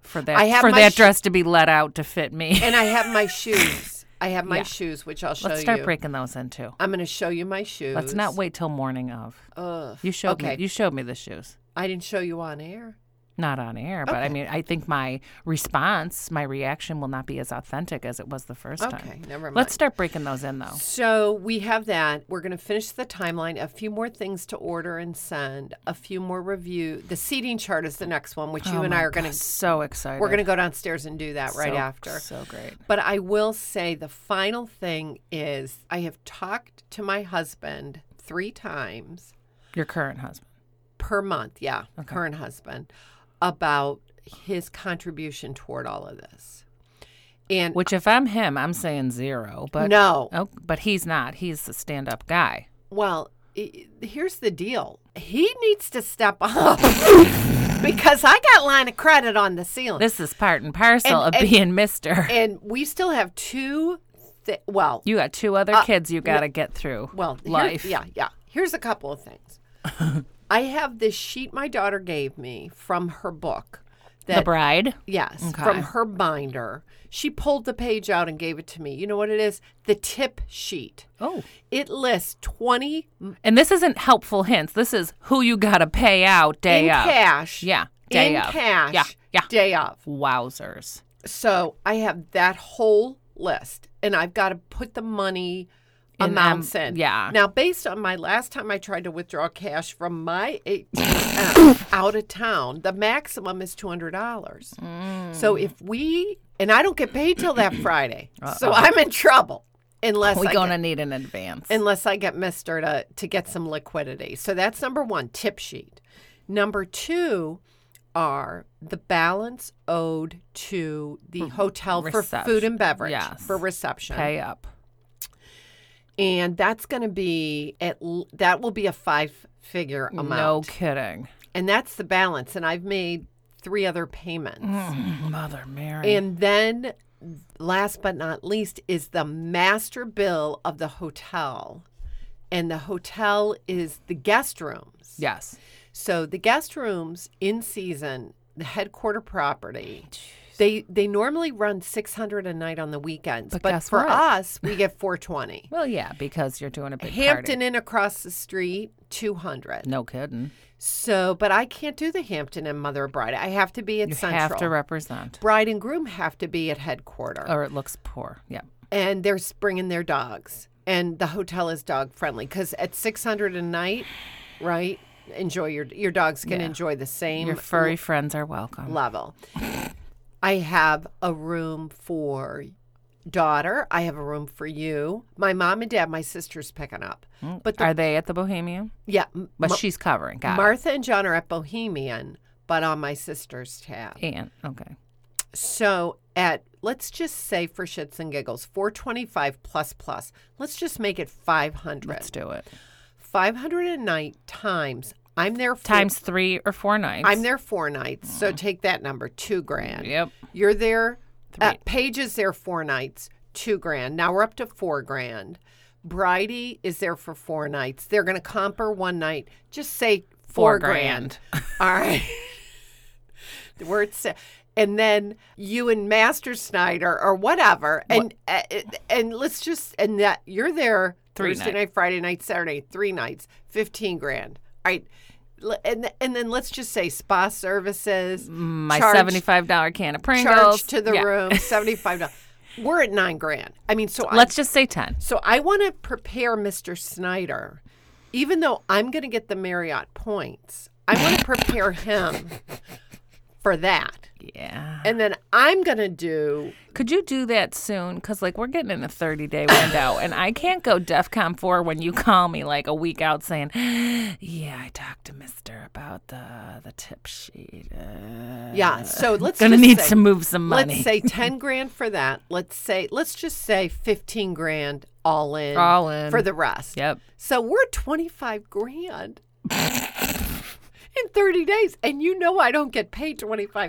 Speaker 3: for that
Speaker 2: I have
Speaker 3: for
Speaker 2: my
Speaker 3: that
Speaker 2: sh-
Speaker 3: dress to be let out to fit me.
Speaker 2: And I have my shoes. I have my
Speaker 3: Yeah.
Speaker 2: shoes, which I'll show
Speaker 3: Let's start
Speaker 2: you.
Speaker 3: breaking those in two.
Speaker 2: I'm going to show you my shoes.
Speaker 3: Let's not wait till morning of.
Speaker 2: Ugh.
Speaker 3: You showed
Speaker 2: Okay.
Speaker 3: me you showed me the shoes.
Speaker 2: I didn't show you on air.
Speaker 3: Not on air, but I mean, I think my response, my reaction will not be as authentic as it was the first time.
Speaker 2: Okay, never mind.
Speaker 3: Let's start breaking those in, though.
Speaker 2: So we have that. We're going to finish the timeline. A few more things to order and send. A few more review. The seating chart is the next one, which you and I are going to.
Speaker 3: So excited.
Speaker 2: We're going to go downstairs and do that right
Speaker 3: So-
Speaker 2: after.
Speaker 3: So great.
Speaker 2: But I will say the final thing is I have talked to my husband three times
Speaker 3: Your current husband.
Speaker 2: per month. Yeah, current husband about his contribution toward all of this. And
Speaker 3: Which, if I'm him, I'm saying zero. But
Speaker 2: no,
Speaker 3: Oh, but he's not. He's a stand-up guy.
Speaker 2: Well, i- i- here's the deal. He needs to step up because I got line of credit on the ceiling.
Speaker 3: This is part and parcel
Speaker 2: And-
Speaker 3: of
Speaker 2: and-
Speaker 3: being Mister.
Speaker 2: and we still have two thi- well,
Speaker 3: you got two other kids you got to get through.
Speaker 2: Uh, well, here-
Speaker 3: life.
Speaker 2: yeah, yeah. Here's a couple of things. I have this sheet my daughter gave me from her book
Speaker 3: The
Speaker 2: that
Speaker 3: bride.
Speaker 2: Yes, from her binder. She pulled the page out and gave it to me. You know what it is? The tip sheet.
Speaker 3: Oh.
Speaker 2: It lists 20
Speaker 3: And this isn't helpful hints. This is who you got to pay out day
Speaker 2: in
Speaker 3: of.
Speaker 2: cash.
Speaker 3: Yeah, day
Speaker 2: in
Speaker 3: of.
Speaker 2: cash.
Speaker 3: Yeah, yeah.
Speaker 2: Day of.
Speaker 3: Wowzers.
Speaker 2: So I have that whole list, and I've got to put the money a
Speaker 3: um,
Speaker 2: mountain.
Speaker 3: yeah.
Speaker 2: Now, based on my last time I tried to withdraw cash from my ATM out of town, the maximum is two hundred dollars.
Speaker 3: Mm.
Speaker 2: So if we and I don't get paid till that Friday, so I'm in trouble unless
Speaker 3: We're
Speaker 2: I
Speaker 3: going
Speaker 2: get,
Speaker 3: to need an advance.
Speaker 2: unless I get Mister to to get some liquidity. So that's number one tip sheet. Number two are the balance owed to the hotel
Speaker 3: Mm,
Speaker 2: for food
Speaker 3: reception.
Speaker 2: and beverage
Speaker 3: Yes.
Speaker 2: for reception
Speaker 3: Pay up.
Speaker 2: and that's going to be at l- that will be a five figure amount
Speaker 3: No kidding.
Speaker 2: and that's the balance and i've made three other payments
Speaker 3: Mother Mary.
Speaker 2: and then last but not least is the master bill of the hotel and the hotel is the guest rooms
Speaker 3: yes.
Speaker 2: so the guest rooms in season the headquarter property they they normally run 600 a night on the weekends but,
Speaker 3: guess
Speaker 2: for
Speaker 3: what?
Speaker 2: us we get 420
Speaker 3: Well, yeah, because you're doing a big
Speaker 2: Hampton
Speaker 3: party.
Speaker 2: Inn across the street, 200.
Speaker 3: No kidding.
Speaker 2: So, but I can't do the Hampton Inn Mother of Bride. I have to be at
Speaker 3: You
Speaker 2: Central.
Speaker 3: have to represent,
Speaker 2: Bride and groom have to be at headquarters.
Speaker 3: or it looks poor. Yeah.
Speaker 2: and they're bringing their dogs. And the hotel is dog friendly because at 600 a night, right? Enjoy your your dogs can enjoy the same
Speaker 3: Your furry friends are welcome.
Speaker 2: level. I have a room for daughter. I have a room for you. My mom and dad, my sister's picking up. But the,
Speaker 3: Are they at the Bohemian?
Speaker 2: yeah, m-
Speaker 3: Mm. But she's covering. Got it.
Speaker 2: Martha and John are at Bohemian, but on my sister's tab.
Speaker 3: And okay.
Speaker 2: So at let's just say for shits and giggles, 425 plus plus. Let's just make it 500.
Speaker 3: Let's do it.
Speaker 2: 500 a night times. I'm there four,
Speaker 3: Times three or four nights.
Speaker 2: I'm there four nights. So take that number, 2 grand.
Speaker 3: Yep.
Speaker 2: You're there uh, Paige is there four nights, 2 grand. Now we're up to 4 grand. Bridie is there for four nights. They're going to comp her one night. Just say 4,
Speaker 3: Four
Speaker 2: grand. All right. where it's and then you and Master Snyder or whatever, and uh, and let's just and that you're there Thursday night. Friday night, Saturday, three nights, fifteen grand. All right, L- and and then let's just say spa services,
Speaker 3: My
Speaker 2: charge-
Speaker 3: seventy-five dollar can of Pringles.
Speaker 2: charge to the
Speaker 3: Yeah.
Speaker 2: room, seventy five dollars. We're at nine grand. I mean, so
Speaker 3: Let's just say ten.
Speaker 2: so I want to prepare Mr. Snyder, even though I'm going to get the Marriott points. I want to prepare him for that.
Speaker 3: Yeah.
Speaker 2: And then I'm going to do
Speaker 3: Could you do that soon? Because like we're getting in a thirty-day window, and I can't go DefCon four when you call me like a week out saying, "Yeah, I talked to Mister about the the tip sheet. Uh,
Speaker 2: yeah. So let's
Speaker 3: gonna
Speaker 2: just
Speaker 3: need
Speaker 2: say-
Speaker 3: to move some money.
Speaker 2: Let's say 10 grand for that. Let's say let's just say 15 grand all in
Speaker 3: All in.
Speaker 2: for the rest.
Speaker 3: Yep.
Speaker 2: So we're at 25 grand in 30 days. And you know I don't get paid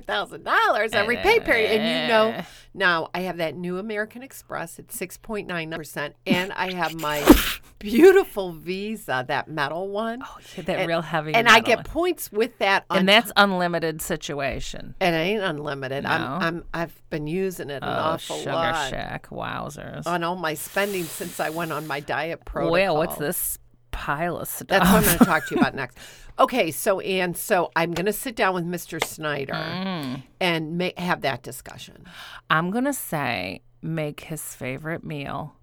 Speaker 2: $25,000 every pay period. And you know now I have that new American Express at 6.9%. And I have my beautiful Visa, that metal one.
Speaker 3: Hit that real heavy.
Speaker 2: and I
Speaker 3: metal
Speaker 2: get
Speaker 3: one.
Speaker 2: points with that on
Speaker 3: and that's unlimited situation.
Speaker 2: and it ain't unlimited. I'm,
Speaker 3: No?
Speaker 2: I'm I've been using it an
Speaker 3: Oh,
Speaker 2: awful
Speaker 3: sugar
Speaker 2: lot
Speaker 3: shack, wowzers.
Speaker 2: on all my spending since I went on my diet protocol.
Speaker 3: Well, what's this pile of stuff?
Speaker 2: That's what I'm going to talk to you about next. Okay, so and so I'm going to sit down with Mr. Snyder
Speaker 3: Mm.
Speaker 2: and ma- have that discussion.
Speaker 3: I'm gonna say make his favorite meal,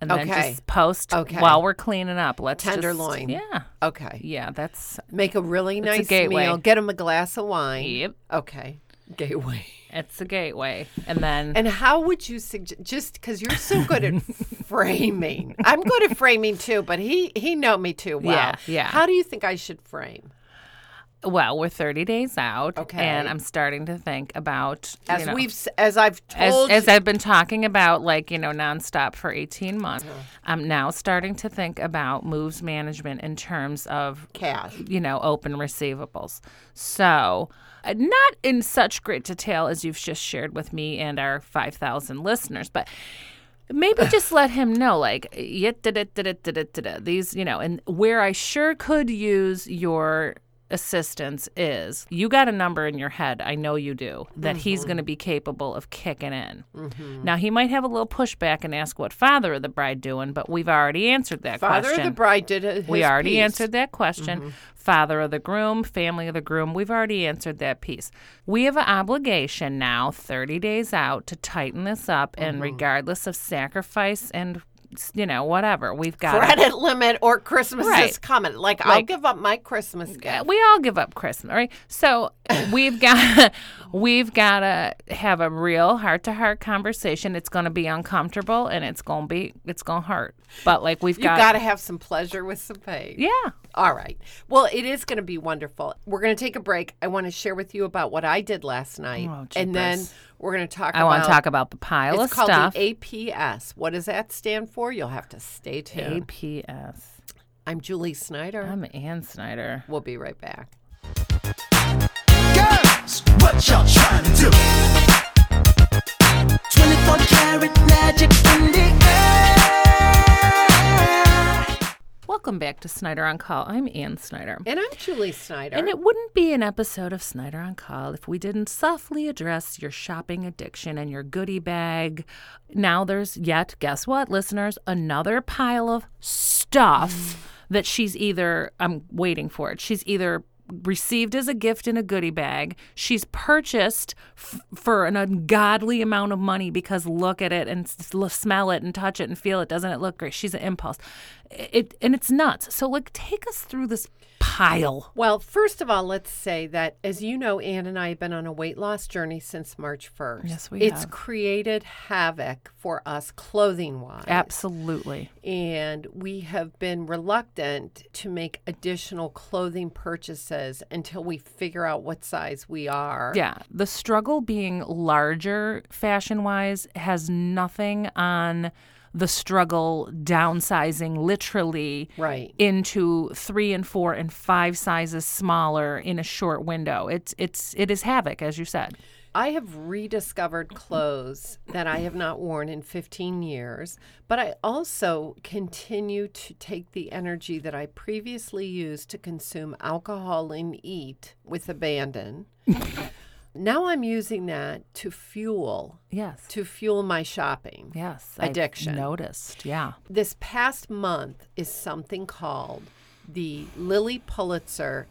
Speaker 3: and then
Speaker 2: Okay.
Speaker 3: just post
Speaker 2: Okay.
Speaker 3: while we're cleaning up. Let's just-
Speaker 2: Tenderloin.
Speaker 3: yeah,
Speaker 2: Okay,
Speaker 3: yeah. That's
Speaker 2: make a really
Speaker 3: a
Speaker 2: nice
Speaker 3: gateway.
Speaker 2: meal. Get him a glass of wine.
Speaker 3: yep.
Speaker 2: Okay, gateway.
Speaker 3: It's the gateway, and then
Speaker 2: And how would you suggest? Just because you're so good at framing, I'm good at framing too. But he he know me too well.
Speaker 3: Yeah, yeah.
Speaker 2: How do you think I should frame?
Speaker 3: well, we're 30 days out,
Speaker 2: Okay.
Speaker 3: and I'm starting to think about you
Speaker 2: as
Speaker 3: know,
Speaker 2: we've s- as I've
Speaker 3: as,
Speaker 2: told
Speaker 3: as
Speaker 2: you,
Speaker 3: I've been talking about, like, you know, nonstop for 18 months,
Speaker 2: Uh-huh.
Speaker 3: I'm now starting to think about moves management in terms of
Speaker 2: cash.
Speaker 3: you know, open receivables. So, uh, not in such great detail as you've just shared with me and our 5,000 listeners, but maybe just let him know, like, yeah, da-da, da-da, da-da, da-da, these, you know, and where I sure could use your assistance is you got a number in your head i know you do that he's
Speaker 2: Mm-hmm.
Speaker 3: going to be capable of kicking in now he might have a little pushback and ask what father of the bride doing but we've already answered that
Speaker 2: Father
Speaker 3: question
Speaker 2: of the bride did it.
Speaker 3: we already answered that
Speaker 2: Mm-hmm.
Speaker 3: question. Father of the groom, family of the groom, we've already answered that piece. We have an obligation
Speaker 2: Mm-hmm.
Speaker 3: now, 30 days out, to tighten this up, and regardless of sacrifice and you know, whatever. We've got it.
Speaker 2: Credit limit or Christmas is
Speaker 3: Right.
Speaker 2: coming. Like, I'll give up my Christmas gift.
Speaker 3: we all give up Christmas, right? So we've got we've got to have a real heart to heart conversation. It's going to be uncomfortable and it's going to be it's going to hurt. But like we've
Speaker 2: You
Speaker 3: got,
Speaker 2: got to have some pleasure with some pain.
Speaker 3: yeah.
Speaker 2: All right. Well, it is going to be wonderful. We're going to take a break. I want to share with you about what I did last night. and then we're going to talk
Speaker 3: Oh, I
Speaker 2: about
Speaker 3: want to talk about the pile
Speaker 2: It's
Speaker 3: of
Speaker 2: called
Speaker 3: stuff.
Speaker 2: the APS. What does that stand for? You'll have to stay tuned.
Speaker 3: APS.
Speaker 2: i I'm Julie Snyder.
Speaker 3: I'm Ann Snyder.
Speaker 2: we'll be right back.
Speaker 4: Girls, what y'all trying to do? 24 karat magic in the air.
Speaker 3: Welcome back to Snyder on Call. I'm Ann Snyder.
Speaker 2: And I'm Julie Snyder.
Speaker 3: And it wouldn't be an episode of Snyder on Call if we didn't softly address your shopping addiction and your goodie bag. Now there's yet, guess what, listeners, another pile of stuff that she's either, I'm waiting for it, she's either received as a gift in a goodie bag, she's purchased f- for an ungodly amount of money because look at it and s- l- smell it and touch it and feel it. Doesn't it look great? She's an impulse. It, and it's nuts. So, like, take us through this pile.
Speaker 2: Well, first of all, let's say that, as you know, Ann and I have been on a weight loss journey since March 1st.
Speaker 3: Yes, we
Speaker 2: It's
Speaker 3: have.
Speaker 2: created havoc for us clothing wise.
Speaker 3: Absolutely.
Speaker 2: And we have been reluctant to make additional clothing purchases until we figure out what size we are.
Speaker 3: Yeah. The struggle being larger fashion wise has nothing on the struggle downsizing literally
Speaker 2: Right.
Speaker 3: into three and four and five sizes smaller in a short window. It's it's it is havoc, as you said.
Speaker 2: I have rediscovered clothes that I have not worn in 15 years, but I also continue to take the energy that I previously used to consume alcohol and eat with abandon. now I'm using that to fuel
Speaker 3: Yes.
Speaker 2: to fuel my shopping.
Speaker 3: Yes. I've
Speaker 2: Addiction.
Speaker 3: noticed. Yeah.
Speaker 2: This past month is something called the Lily Pulitzer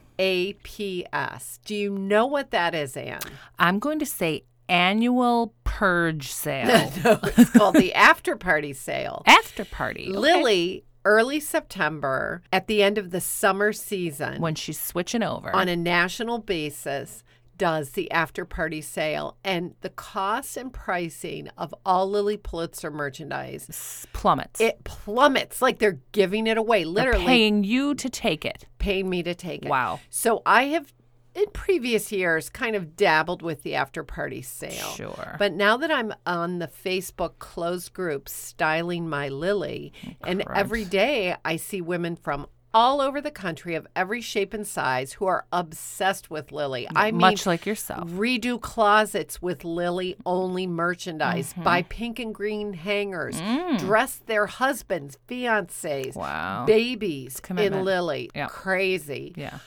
Speaker 2: APS. Do you know what that is, Anne?
Speaker 3: I'm going to say annual purge sale.
Speaker 2: No, it's called the after party sale.
Speaker 3: After party. okay?
Speaker 2: Lily, early September, at the end of the summer season,
Speaker 3: When she's switching over.
Speaker 2: on a national basis, does the after party sale. And the cost and pricing of all Lily Pulitzer merchandise,
Speaker 3: s- plummets.
Speaker 2: it plummets. Like they're giving it away,
Speaker 3: They're
Speaker 2: literally
Speaker 3: paying
Speaker 2: paying.
Speaker 3: you to take it.
Speaker 2: me to take it.
Speaker 3: Wow.
Speaker 2: So I have. In previous years, kind of dabbled with the after party sale.
Speaker 3: Sure.
Speaker 2: But now that I'm on the Facebook closed group styling my lily, and every day I see women from all over the country of every shape and size who are obsessed with lily. I mean,
Speaker 3: much like yourself.
Speaker 2: redo closets with lily only merchandise,
Speaker 3: Mm-hmm.
Speaker 2: buy pink and green hangers, dress their husbands, fiancés,
Speaker 3: Mm. Wow.
Speaker 2: babies in
Speaker 3: commitment.
Speaker 2: lily.
Speaker 3: Yeah.
Speaker 2: Crazy.
Speaker 3: Yeah.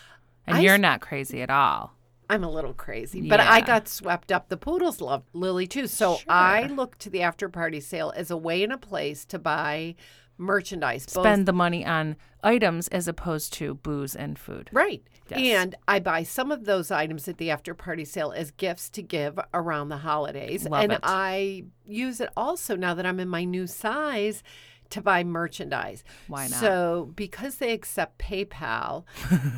Speaker 3: And
Speaker 2: I
Speaker 3: you're
Speaker 2: s-
Speaker 3: not crazy at all.
Speaker 2: I'm a little crazy, but I
Speaker 3: Yeah.
Speaker 2: got swept up. The poodles love Lily too. So I look to the after party sale as a way and a place to buy merchandise. both-
Speaker 3: Spend the money on items as opposed to booze and food.
Speaker 2: Right.
Speaker 3: Yes.
Speaker 2: And I buy some of those items at the after party sale as gifts to give around the holidays.
Speaker 3: Love
Speaker 2: and
Speaker 3: it.
Speaker 2: I use it also now that I'm in my new size to buy merchandise.
Speaker 3: Why not?
Speaker 2: So, because they accept PayPal,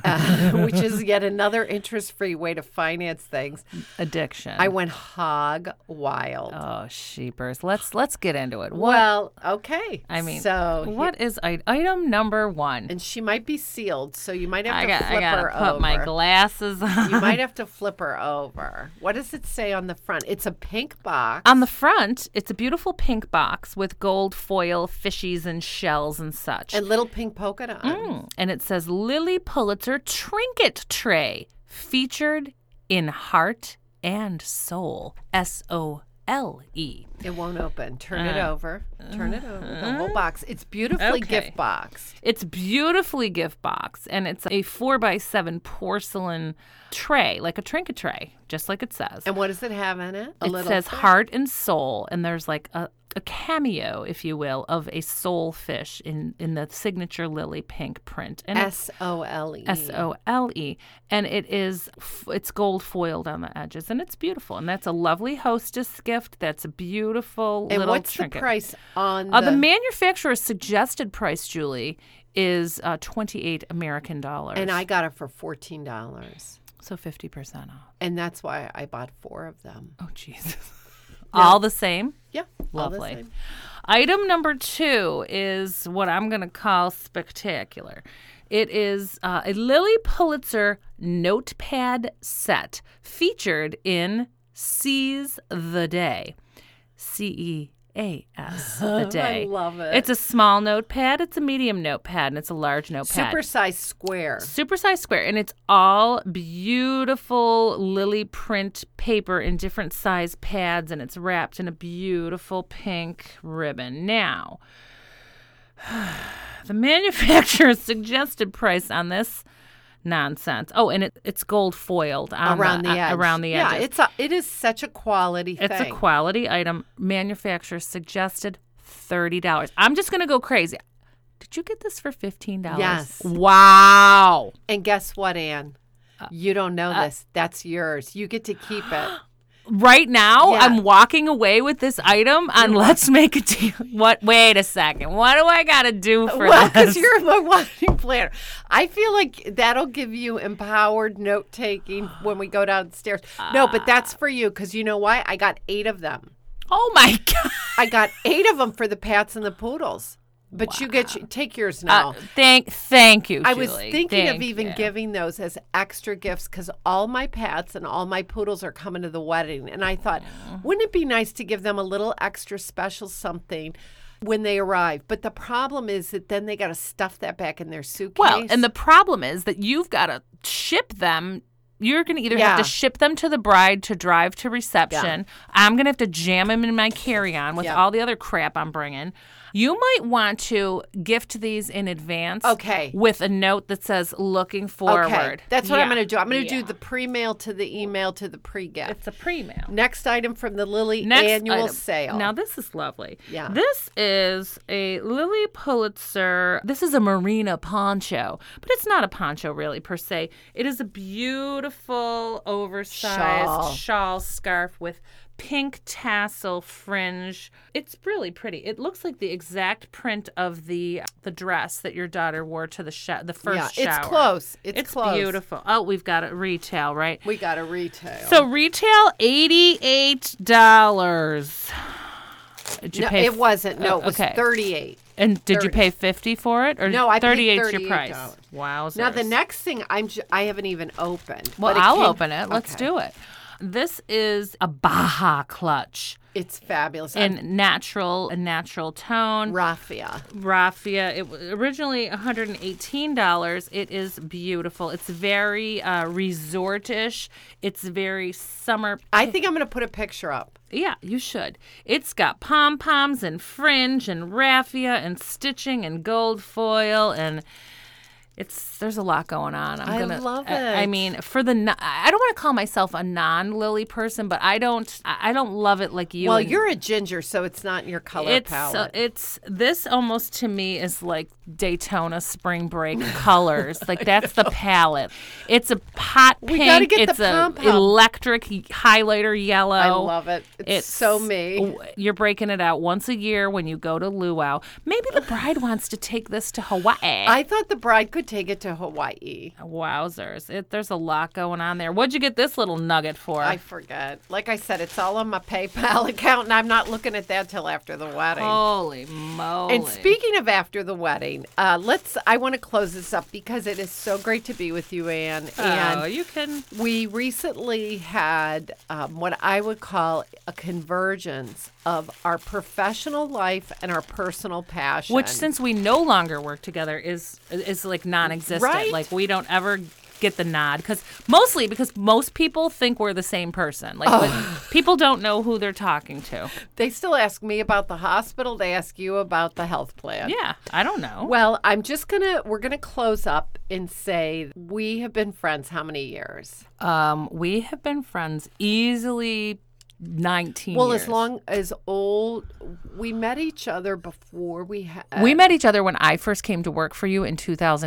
Speaker 2: uh, which is yet another interest free way to finance things,
Speaker 3: Addiction.
Speaker 2: I went hog wild.
Speaker 3: oh, sheepers. Let's let's get into it. What
Speaker 2: well, okay.
Speaker 3: I mean,
Speaker 2: so he-
Speaker 3: what is I- item number 1?
Speaker 2: and she might be sealed, so you might have
Speaker 3: I
Speaker 2: to
Speaker 3: got I
Speaker 2: flip
Speaker 3: got to
Speaker 2: her
Speaker 3: put
Speaker 2: over.
Speaker 3: my glasses on.
Speaker 2: you might have to flip her over. What does it say on the front? It's a pink box.
Speaker 3: on the front, it's a beautiful pink box with gold foil fishies and shells and such.
Speaker 2: and little pink polka dots.
Speaker 3: and it says Lily Pulitzer Trinket Tray featured in Heart and Soul. S O L E.
Speaker 2: It won't open. Turn it over. Turn it over. The whole box. It's beautifully
Speaker 3: Uh, uh-huh. Okay.
Speaker 2: gift boxed.
Speaker 3: It's beautifully gift box and it's a four by seven porcelain tray, like a trinket tray, just like it says.
Speaker 2: And what does it have in it? A
Speaker 3: it
Speaker 2: little
Speaker 3: says
Speaker 2: thing.
Speaker 3: heart and soul, and there's like a, a cameo, if you will, of a soul fish in, in the signature lily pink print. And it's
Speaker 2: S O L E.
Speaker 3: S O L E, and it is f- it's gold foiled on the edges, and it's beautiful. And that's a lovely hostess gift. That's a beautiful
Speaker 2: And
Speaker 3: little
Speaker 2: what's the
Speaker 3: trinket.
Speaker 2: price on
Speaker 3: Uh, the manufacturer's suggested price, Julie, is uh, twenty eight American dollars,
Speaker 2: and I got it for fourteen dollars,
Speaker 3: so fifty percent off.
Speaker 2: and that's why I bought four of them.
Speaker 3: Oh Jesus! All the same.
Speaker 2: Yeah, all the
Speaker 3: Lovely.
Speaker 2: same.
Speaker 3: Item number two is what I'm going to call spectacular. It is uh, a Lily Pulitzer notepad set featured in Seize the Day. C E A S the day.
Speaker 2: love it.
Speaker 3: It's a small notepad, it's a medium notepad, and it's a large notepad.
Speaker 2: Supersized square.
Speaker 3: Supersized square, and it's all beautiful lily print paper in different size pads, and it's wrapped in a beautiful pink ribbon. Now, the manufacturer's suggested price on this nonsense. Oh, and it, it's gold foiled on uh,
Speaker 2: Around the, edge.
Speaker 3: around the
Speaker 2: yeah,
Speaker 3: edges.
Speaker 2: it's a, it is such a quality
Speaker 3: It's
Speaker 2: thing.
Speaker 3: a quality item. Manufacturer suggested thirty dollars. I'm just gonna go crazy. Did you get this for fifteen dollars?
Speaker 2: Yes.
Speaker 3: Wow.
Speaker 2: and guess what, Anne? you don't know this. That's yours. You get to keep it.
Speaker 3: Right now,
Speaker 2: Yeah.
Speaker 3: I'm walking away with this item on Let's Make a Deal. What? Wait a second. What do I gotta do for
Speaker 2: Well, because
Speaker 3: this?
Speaker 2: you're my wedding planner. I feel like that'll give you empowered note taking when we go downstairs. No, but that's for you because you know why? I got eight of them.
Speaker 3: oh my god.
Speaker 2: I got eight of them for the pats and the poodles. But you get your- take yours now.
Speaker 3: Uh, thank, thank you.
Speaker 2: Oh. I was
Speaker 3: Julie.
Speaker 2: thinking of
Speaker 3: Thank
Speaker 2: even
Speaker 3: you.
Speaker 2: giving those as extra gifts because all my pats and all my poodles are coming to the wedding. And I thought, wouldn't it be nice to give them a little extra special something when they arrive? But the problem is that then they got to stuff that back in their suitcase.
Speaker 3: Well, and the problem is that you've got to ship them. You're going to either have
Speaker 2: Yeah.
Speaker 3: to ship them to the bride to drive to reception. I'm going to have to jam them in my carry on with
Speaker 2: Yeah.
Speaker 3: all the other crap I'm bringing. You might want to gift these in advance.
Speaker 2: Okay.
Speaker 3: With a note that says looking forward.
Speaker 2: Okay, that's what I'm
Speaker 3: Yeah.
Speaker 2: going to do. I'm going to
Speaker 3: Yeah.
Speaker 2: do the pre-mail to the email to the pre-gift.
Speaker 3: It's a pre mail.
Speaker 2: Next item from the Lily annual
Speaker 3: item.
Speaker 2: sale.
Speaker 3: Now this is lovely.
Speaker 2: Yeah.
Speaker 3: This is a Lily Pulitzer. This is a merina poncho, but it's not a poncho really per se. It is a beautiful oversized
Speaker 2: Shawl.
Speaker 3: shawl, scarf with pink tassel fringe. It's really pretty. It looks like the exact print of the the dress that your daughter wore to the sh- the
Speaker 2: yeah,
Speaker 3: first shower.
Speaker 2: it's close. It's,
Speaker 3: It's
Speaker 2: close.
Speaker 3: beautiful. Oh, we've got a retail, right?
Speaker 2: We got a retail.
Speaker 3: So retail eighty eight dollars. Did you
Speaker 2: no,
Speaker 3: pay?
Speaker 2: it wasn't. No,
Speaker 3: oh,
Speaker 2: it was
Speaker 3: okay.
Speaker 2: 38.
Speaker 3: and did you
Speaker 2: 30.
Speaker 3: pay fifty for it? Or
Speaker 2: No, I paid
Speaker 3: 38's your
Speaker 2: $38.
Speaker 3: price. Wow.
Speaker 2: Now the next thing I'm j- I haven't even opened.
Speaker 3: Well,
Speaker 2: but it
Speaker 3: I'll
Speaker 2: came-
Speaker 3: open it. Let's
Speaker 2: Okay.
Speaker 3: do it. This is a Baja clutch
Speaker 2: It's fabulous. And
Speaker 3: in natural a natural tone.
Speaker 2: raffia.
Speaker 3: raffia. It was originally $118. It is beautiful. It's very uh, resortish. It's very summer
Speaker 2: I think I'm going to put a picture up.
Speaker 3: Yeah, you should. It's got pom poms and fringe and raffia and stitching and gold foil and it's there's a lot going on. I'm
Speaker 2: I
Speaker 3: gonna,
Speaker 2: love
Speaker 3: I, I
Speaker 2: it.
Speaker 3: mean, for the no- I I don't want to call myself a non Lily person, but I don't I I don't love it like you.
Speaker 2: Well,
Speaker 3: and-
Speaker 2: you're a ginger, so it's not in your color
Speaker 3: it's uh,
Speaker 2: palette.
Speaker 3: it's this almost to me is like Daytona spring break colors. like that's the palette. It's a pot pink.
Speaker 2: gotta get the
Speaker 3: it's a
Speaker 2: pom-pom.
Speaker 3: electric highlighter yellow.
Speaker 2: I love it. It's, so me.
Speaker 3: w- You're breaking it out once a year when you go to luau. Maybe the bride wants to take this to Hawaii.
Speaker 2: I thought the bride could take it to Hawaii.
Speaker 3: Wowzers! It, there's a lot going on there. What'd you get this little nugget for?
Speaker 2: I forget. Like I said, it's all on my PayPal account, and I'm not looking at that till after the wedding.
Speaker 3: Holy moly!
Speaker 2: And speaking of after the wedding, uh, let's. I want to close this up because it is so great to be with you, Anne. and
Speaker 3: oh, you can.
Speaker 2: we recently had um, what I would call a convergence of our professional life and our personal passion.
Speaker 3: Which, since we no longer work together, is is like non-existent.
Speaker 2: Right?
Speaker 3: Like we don't ever get the nod because mostly because most people think we're the same person. Like but people don't know who they're talking to.
Speaker 2: they still ask me about the hospital, they ask you about the health plan.
Speaker 3: Yeah, I don't know.
Speaker 2: Well, I'm just gonna we're gonna close up and say we have been friends how many years?
Speaker 3: Um, we have been friends easily 19
Speaker 2: Well, as
Speaker 3: years.
Speaker 2: long as old, we met each other before we had.
Speaker 3: We met each other when I first came to work for you in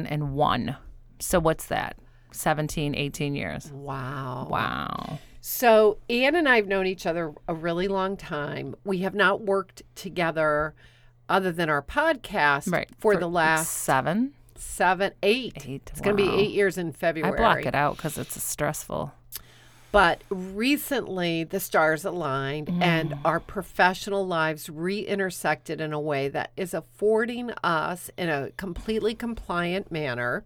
Speaker 3: 2001. So what's that? 17, 18 years.
Speaker 2: Wow.
Speaker 3: Wow.
Speaker 2: So Anne and I have known each other a really long time. We have not worked together other than our podcast
Speaker 3: Right.
Speaker 2: for, the last
Speaker 3: seven.
Speaker 2: seven, eight.
Speaker 3: Eight,
Speaker 2: It's going to be
Speaker 3: wow.
Speaker 2: eight years in February.
Speaker 3: I block it out because it's stressful.
Speaker 2: But recently, the stars aligned and our professional lives re intersected in a way that is affording us, in a completely compliant manner,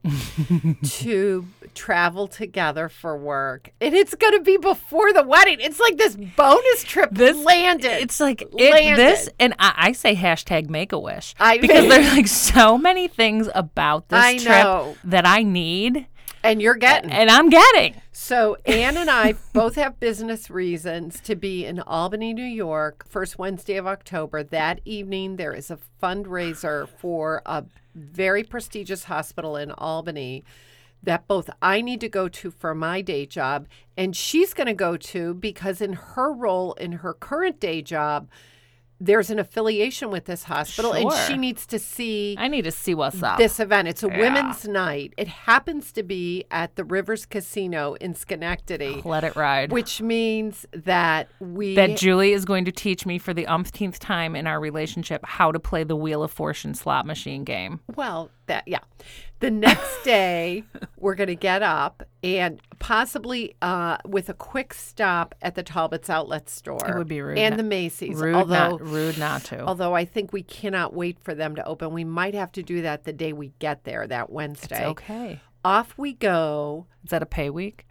Speaker 2: to travel together for work. And it's going to be before the wedding. It's like this bonus trip this, landed.
Speaker 3: It's like
Speaker 2: Landed.
Speaker 3: it, this, and I, I say hashtag make a wish
Speaker 2: I
Speaker 3: because
Speaker 2: mean-
Speaker 3: there's like so many things about this
Speaker 2: I
Speaker 3: trip
Speaker 2: know.
Speaker 3: that I need
Speaker 2: and you're getting.
Speaker 3: and I'm getting.
Speaker 2: So Anne and I both have business reasons to be in Albany, New York, first Wednesday of October. That evening, there is a fundraiser for a very prestigious hospital in Albany that both I need to go to for my day job and she's going to go to because in her role in her current day job, there's an affiliation with this hospital and
Speaker 3: Sure.
Speaker 2: she needs to see
Speaker 3: I need to see what's up.
Speaker 2: this event. It's a women's night. It happens to be at the Rivers Casino in Schenectady,
Speaker 3: Let it ride.
Speaker 2: which means that we
Speaker 3: Oh, that Julie is going to teach me for the umpteenth time in our relationship how to play the Wheel of Fortune slot machine game.
Speaker 2: well that yeah. The next day we're going to get up and possibly uh, with a quick stop at the Talbots Outlet store.
Speaker 3: would be rude
Speaker 2: and
Speaker 3: not-
Speaker 2: the Macy's.
Speaker 3: Rude,
Speaker 2: although
Speaker 3: not rude, not to.
Speaker 2: although I think we cannot wait for them to open. We might have to do that the day we get there that Wednesday.
Speaker 3: okay.
Speaker 2: Off we go.
Speaker 3: Is that a pay week?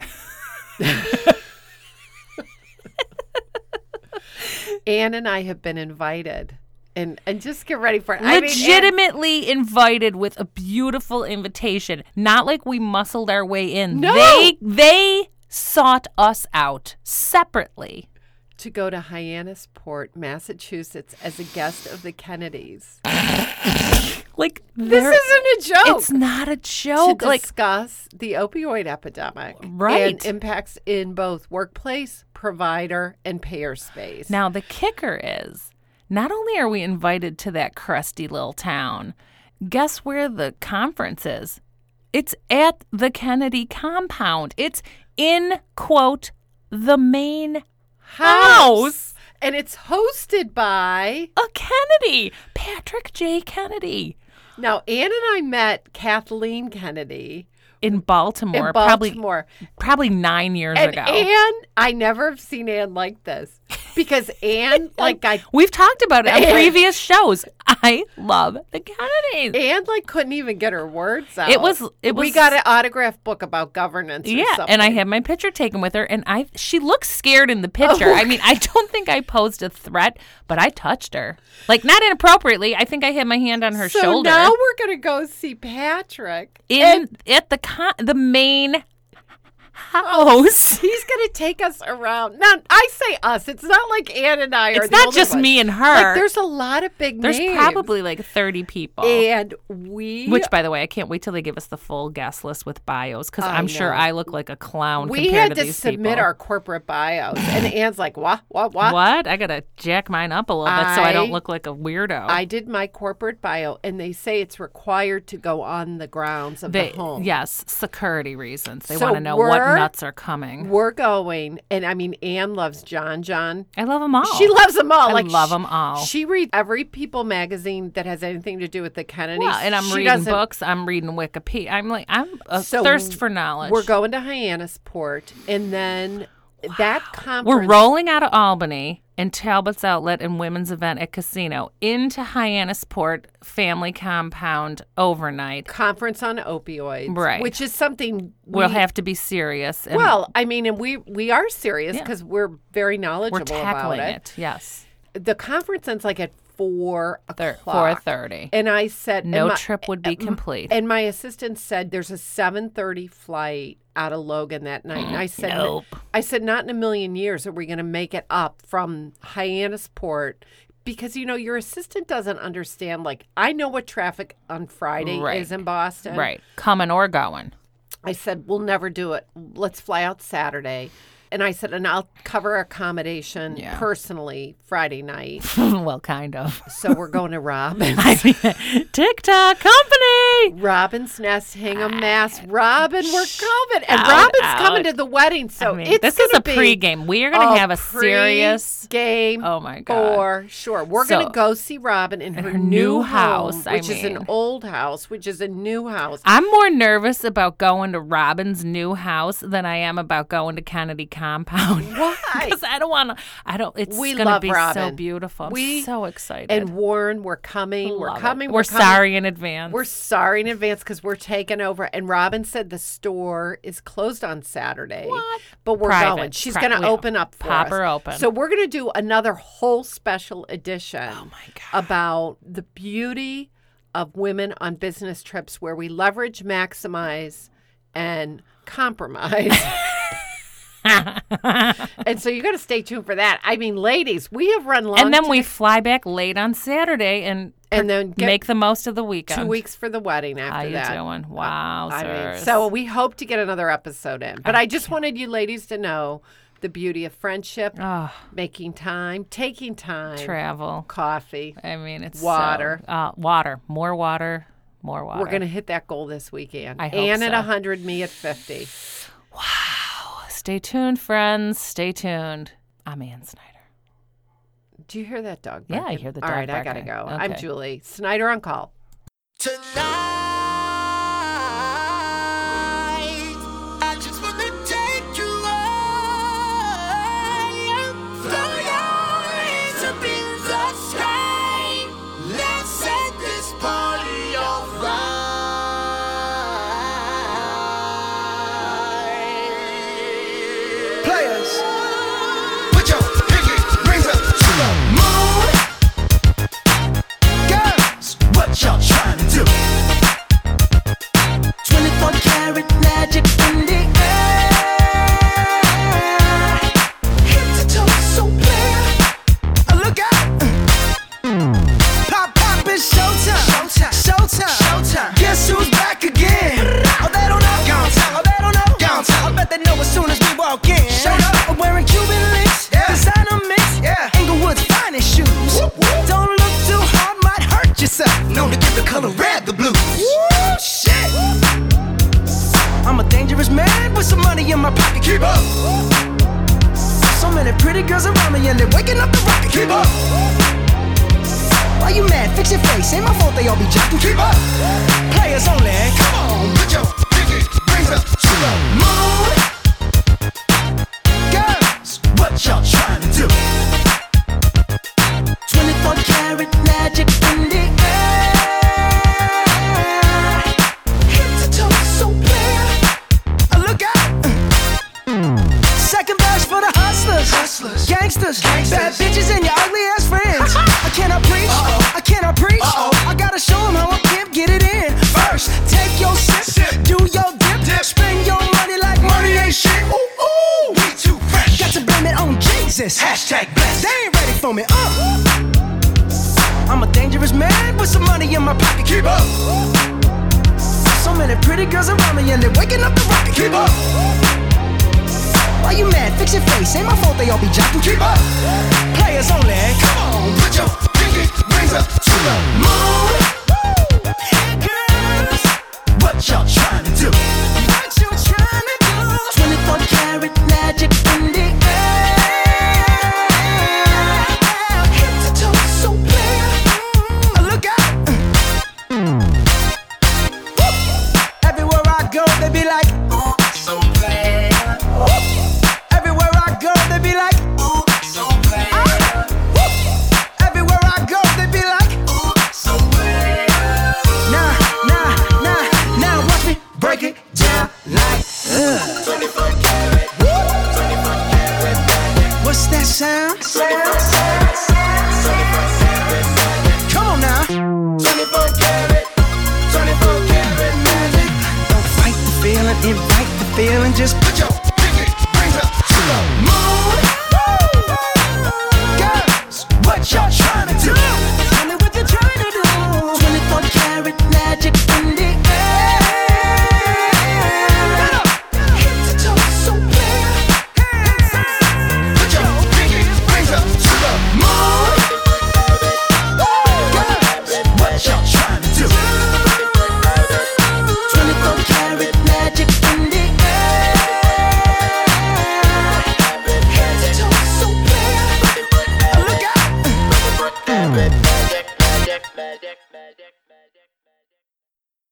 Speaker 2: Anne and I have been invited. And, and just get ready for it. I mean, Ann-
Speaker 3: Legitimately invited with a beautiful invitation. Not like we muscled our way in.
Speaker 2: No!
Speaker 3: They they sought us out separately.
Speaker 2: to go to Hyannisport, Massachusetts as a guest of the Kennedys.
Speaker 3: Like
Speaker 2: This
Speaker 3: they're-
Speaker 2: isn't a joke.
Speaker 3: It's not a
Speaker 2: to
Speaker 3: joke. Like
Speaker 2: discuss the opioid epidemic and
Speaker 3: Right.
Speaker 2: impacts in both workplace, provider, and payer space.
Speaker 3: Now, the kicker is not only are we invited to that crusty little town, guess where the conference is? It's at the Kennedy compound. It's in, quote, the main house.
Speaker 2: and it's hosted by
Speaker 3: A Kennedy, Patrick J. Kennedy
Speaker 2: now Anne and I met Kathleen Kennedy
Speaker 3: in Baltimore,
Speaker 2: in
Speaker 3: probably
Speaker 2: Baltimore.
Speaker 3: probably nine years
Speaker 2: and
Speaker 3: ago.
Speaker 2: Anne, I never have seen Anne like this because Anne, like I
Speaker 3: We've talked about it on
Speaker 2: And-
Speaker 3: previous shows. I love the Kennedys.
Speaker 2: Anne like couldn't even get her words out.
Speaker 3: was- it
Speaker 2: we
Speaker 3: was-
Speaker 2: got an autograph book about governance. or
Speaker 3: Yeah, and I
Speaker 2: something.
Speaker 3: had my picture taken with her, and I she looked scared in the picture.
Speaker 2: Oh.
Speaker 3: I mean, I don't think I posed a threat, but I touched her, like not inappropriately. I think I had my hand on her
Speaker 2: so
Speaker 3: shoulder.
Speaker 2: now we're gonna go see Patrick.
Speaker 3: in at the con- the main house.
Speaker 2: He's gonna take us around. Now I say us. It's not like Anne and I are.
Speaker 3: It's
Speaker 2: the
Speaker 3: not
Speaker 2: only
Speaker 3: just
Speaker 2: ones.
Speaker 3: me and her.
Speaker 2: Like there's a lot of big
Speaker 3: There's
Speaker 2: names. Eh,
Speaker 3: probably like thirty people.
Speaker 2: and we
Speaker 3: which, by the way, I can't wait till they give us the full guest list with bios because I'm sure
Speaker 2: know.
Speaker 3: I look like a clown.
Speaker 2: we
Speaker 3: compared
Speaker 2: had
Speaker 3: to,
Speaker 2: to,
Speaker 3: these
Speaker 2: submit
Speaker 3: people.
Speaker 2: our corporate bios, and Anne's like, "What? What? What?"
Speaker 3: what? I gotta jack mine up a little bit so I
Speaker 2: I-
Speaker 3: don't look like a weirdo.
Speaker 2: I did my corporate bio, and they say it's required to go on the grounds of
Speaker 3: They,
Speaker 2: the home.
Speaker 3: yes, security reasons. They
Speaker 2: So
Speaker 3: want to know what
Speaker 2: we're-
Speaker 3: nuts are coming.
Speaker 2: We're going, and I mean, Anne loves John John.
Speaker 3: I love them all.
Speaker 2: She loves them all.
Speaker 3: Oh. I
Speaker 2: like
Speaker 3: love
Speaker 2: she-
Speaker 3: 'em all.
Speaker 2: She reads every People magazine that has anything to do with the Kennedys.
Speaker 3: Yeah, and I'm
Speaker 2: She
Speaker 3: reading
Speaker 2: doesn't-
Speaker 3: books. I'm reading Wikipedia. I'm like, I'm a
Speaker 2: So
Speaker 3: thirst for knowledge.
Speaker 2: We're going to Hyannisport, and then that conference.
Speaker 3: We're rolling out of Albany and Talbot's Outlet and Women's Event at Casino into Hyannisport Family Compound overnight.
Speaker 2: conference on opioids,
Speaker 3: Right.
Speaker 2: Which is something
Speaker 3: We'll
Speaker 2: we-
Speaker 3: have to be serious. And
Speaker 2: Well, I mean, and we we are serious because we're very knowledgeable
Speaker 3: we're tackling
Speaker 2: about
Speaker 3: it. Yes,
Speaker 2: The conference ends like at four
Speaker 3: Thir-
Speaker 2: o'clock.
Speaker 3: four thirty.
Speaker 2: and I said and
Speaker 3: No
Speaker 2: my-
Speaker 3: trip would be complete.
Speaker 2: And my assistant said there's a 7:30 flight out of Logan that night. And I said
Speaker 3: Mm-hmm. nope.
Speaker 2: I said not in a million years are we going to make it up from Hyannisport because you know your assistant doesn't understand like I know what traffic on Friday
Speaker 3: Right.
Speaker 2: is in Boston.
Speaker 3: Right, coming or going.
Speaker 2: I said we'll never do it. Let's fly out Saturday. And I said, and I'll cover accommodation
Speaker 5: Yeah.
Speaker 2: personally Friday night.
Speaker 5: well, kind of.
Speaker 2: So we're going to Robin's.
Speaker 5: I mean, TikTok company.
Speaker 2: Robin's Nest, Hingham, Mass. Robin, we're coming.
Speaker 5: Ah,
Speaker 2: And
Speaker 5: Out,
Speaker 2: Robin's
Speaker 5: out.
Speaker 2: coming to the wedding. So
Speaker 5: I mean,
Speaker 2: it's
Speaker 5: this is
Speaker 2: gonna
Speaker 5: a
Speaker 2: be
Speaker 5: pregame. We are going to have a serious.
Speaker 2: game.
Speaker 5: Oh my God.
Speaker 2: For sure. We're
Speaker 5: So-
Speaker 2: gonna go see Robin in her,
Speaker 5: her
Speaker 2: new,
Speaker 5: new
Speaker 2: house,
Speaker 5: house, I
Speaker 2: which is an
Speaker 5: mean.
Speaker 2: old house, which is a new house.
Speaker 5: I'm more nervous about going to Robin's new house than I am about going to Kennedy Compound.
Speaker 2: Why?
Speaker 5: Because I don't want to. I don't. It's
Speaker 2: We
Speaker 5: going to
Speaker 2: love
Speaker 5: be so
Speaker 2: Robin.
Speaker 5: beautiful. I'm
Speaker 2: We-
Speaker 5: so excited.
Speaker 2: and Warren, we're coming. We're
Speaker 5: Love it.
Speaker 2: coming.
Speaker 5: We're,
Speaker 2: coming.
Speaker 5: sorry in advance.
Speaker 2: We're sorry in advance because we're taking over. And Robin said the store is closed on Saturday, but we're
Speaker 5: Private.
Speaker 2: going. She's
Speaker 5: Pri-
Speaker 2: going to
Speaker 5: we-
Speaker 2: open up for
Speaker 5: pop
Speaker 2: us.
Speaker 5: her open.
Speaker 2: So we're going to do another whole special edition.
Speaker 5: Oh
Speaker 2: About the beauty of women on business trips, where we leverage, maximize, and compromise. and so you got to stay tuned for that. I mean, ladies, we have run long
Speaker 5: and then
Speaker 2: to-
Speaker 5: we fly back late on Saturday and
Speaker 2: and then get
Speaker 5: make the most of the weekend.
Speaker 2: two weeks for the wedding after
Speaker 5: How you
Speaker 2: that. Uh,
Speaker 5: doing? Wow,
Speaker 2: I mean,
Speaker 5: sirs.
Speaker 2: so we hope to get another episode in. But I just wanted you ladies to know the beauty of friendship,
Speaker 5: Ah,
Speaker 2: making time, taking time,
Speaker 5: travel.
Speaker 2: coffee.
Speaker 5: I mean, it's so-
Speaker 2: Water.
Speaker 5: uh, water. More water. More water.
Speaker 2: We're going to hit that goal this weekend.
Speaker 5: I hope
Speaker 2: Ann at
Speaker 5: so.
Speaker 2: 100, me at 50.
Speaker 5: stay tuned, friends. Stay tuned. I'm Ann Snyder.
Speaker 2: Do you hear that dog?
Speaker 5: Yeah, I
Speaker 2: barking?
Speaker 5: hear the
Speaker 2: All
Speaker 5: dog
Speaker 2: right, I got to
Speaker 5: barking.
Speaker 2: go. I'm
Speaker 5: Okay.
Speaker 2: Julie. Snyder on call.
Speaker 1: Tonight, I just wanna take you higher. Throw your hands up in the sky. Let's set this party on fire.
Speaker 4: Players, put your pinky rings up to the moon. Girls, what y'all trying to do? 24 karat magic in the air. Head to toe, so clear. Uh, Look out! Pop, pop, it's showtime. Showtime. Showtime. Showtime. Guess who's back again? Oh, they don't know. Gone time. Oh, they don't know. Gone time. I bet they know as soon as we walk in. Show up. I'm wearing Cuban links. Yeah. Designer mix. Yeah. Inglewood's finest shoes. Don't look too hard, might hurt yourself. Known to give the color red the blues. Woo, shit. I'm a dangerous man with some money in my pocket. Keep up. So many pretty girls around me and they're waking up the rocket. Keep up. Why you mad? Fix your face. Ain't my fault they all be jocking. Keep up. Players only. Come on, put your pinky rings up to the moon. Girls, what y'all trying to do? 24 karat magic in the air. Head to toe, so clear. Uh, Look out. Second verse for the hustlers, hustlers. Gangsters. bad bitches and your ugly ass friends. I cannot preach, I cannot preach. I gotta show 'em how I pimp get it in. First, take your sip, do your dip, spend your money like money ain't shit. Ooh ooh, we too fresh. Got to blame it on Jesus. Hashtag blessed. They ain't ready for me. Uh. I'm a dangerous man with some money in my pocket. Keep up. So many pretty girls around me and they're waking up the rocket. Keep up. Why you mad? Fix your face. Ain't my fault they all be jocking. Keep up. Players only. Come on, put your pinky rings up to the moon. Hey girls, what y'all trying to do? What you trying to do? 24 karat magic in the air. Head to toe, so clear. Mm, Look out. Everywhere I go, they be like, ooh, so bad. Everywhere I go, they be like, ooh, so bad. Everywhere I go, they be like, ooh, so bad. Nah, nah, nah, nah, watch me break it down like, ugh. 24 karat, 24 karat. What's that sound? Come on now. 24 karat, 24 karat magic. Don't fight the feeling, invite the feeling. Just put your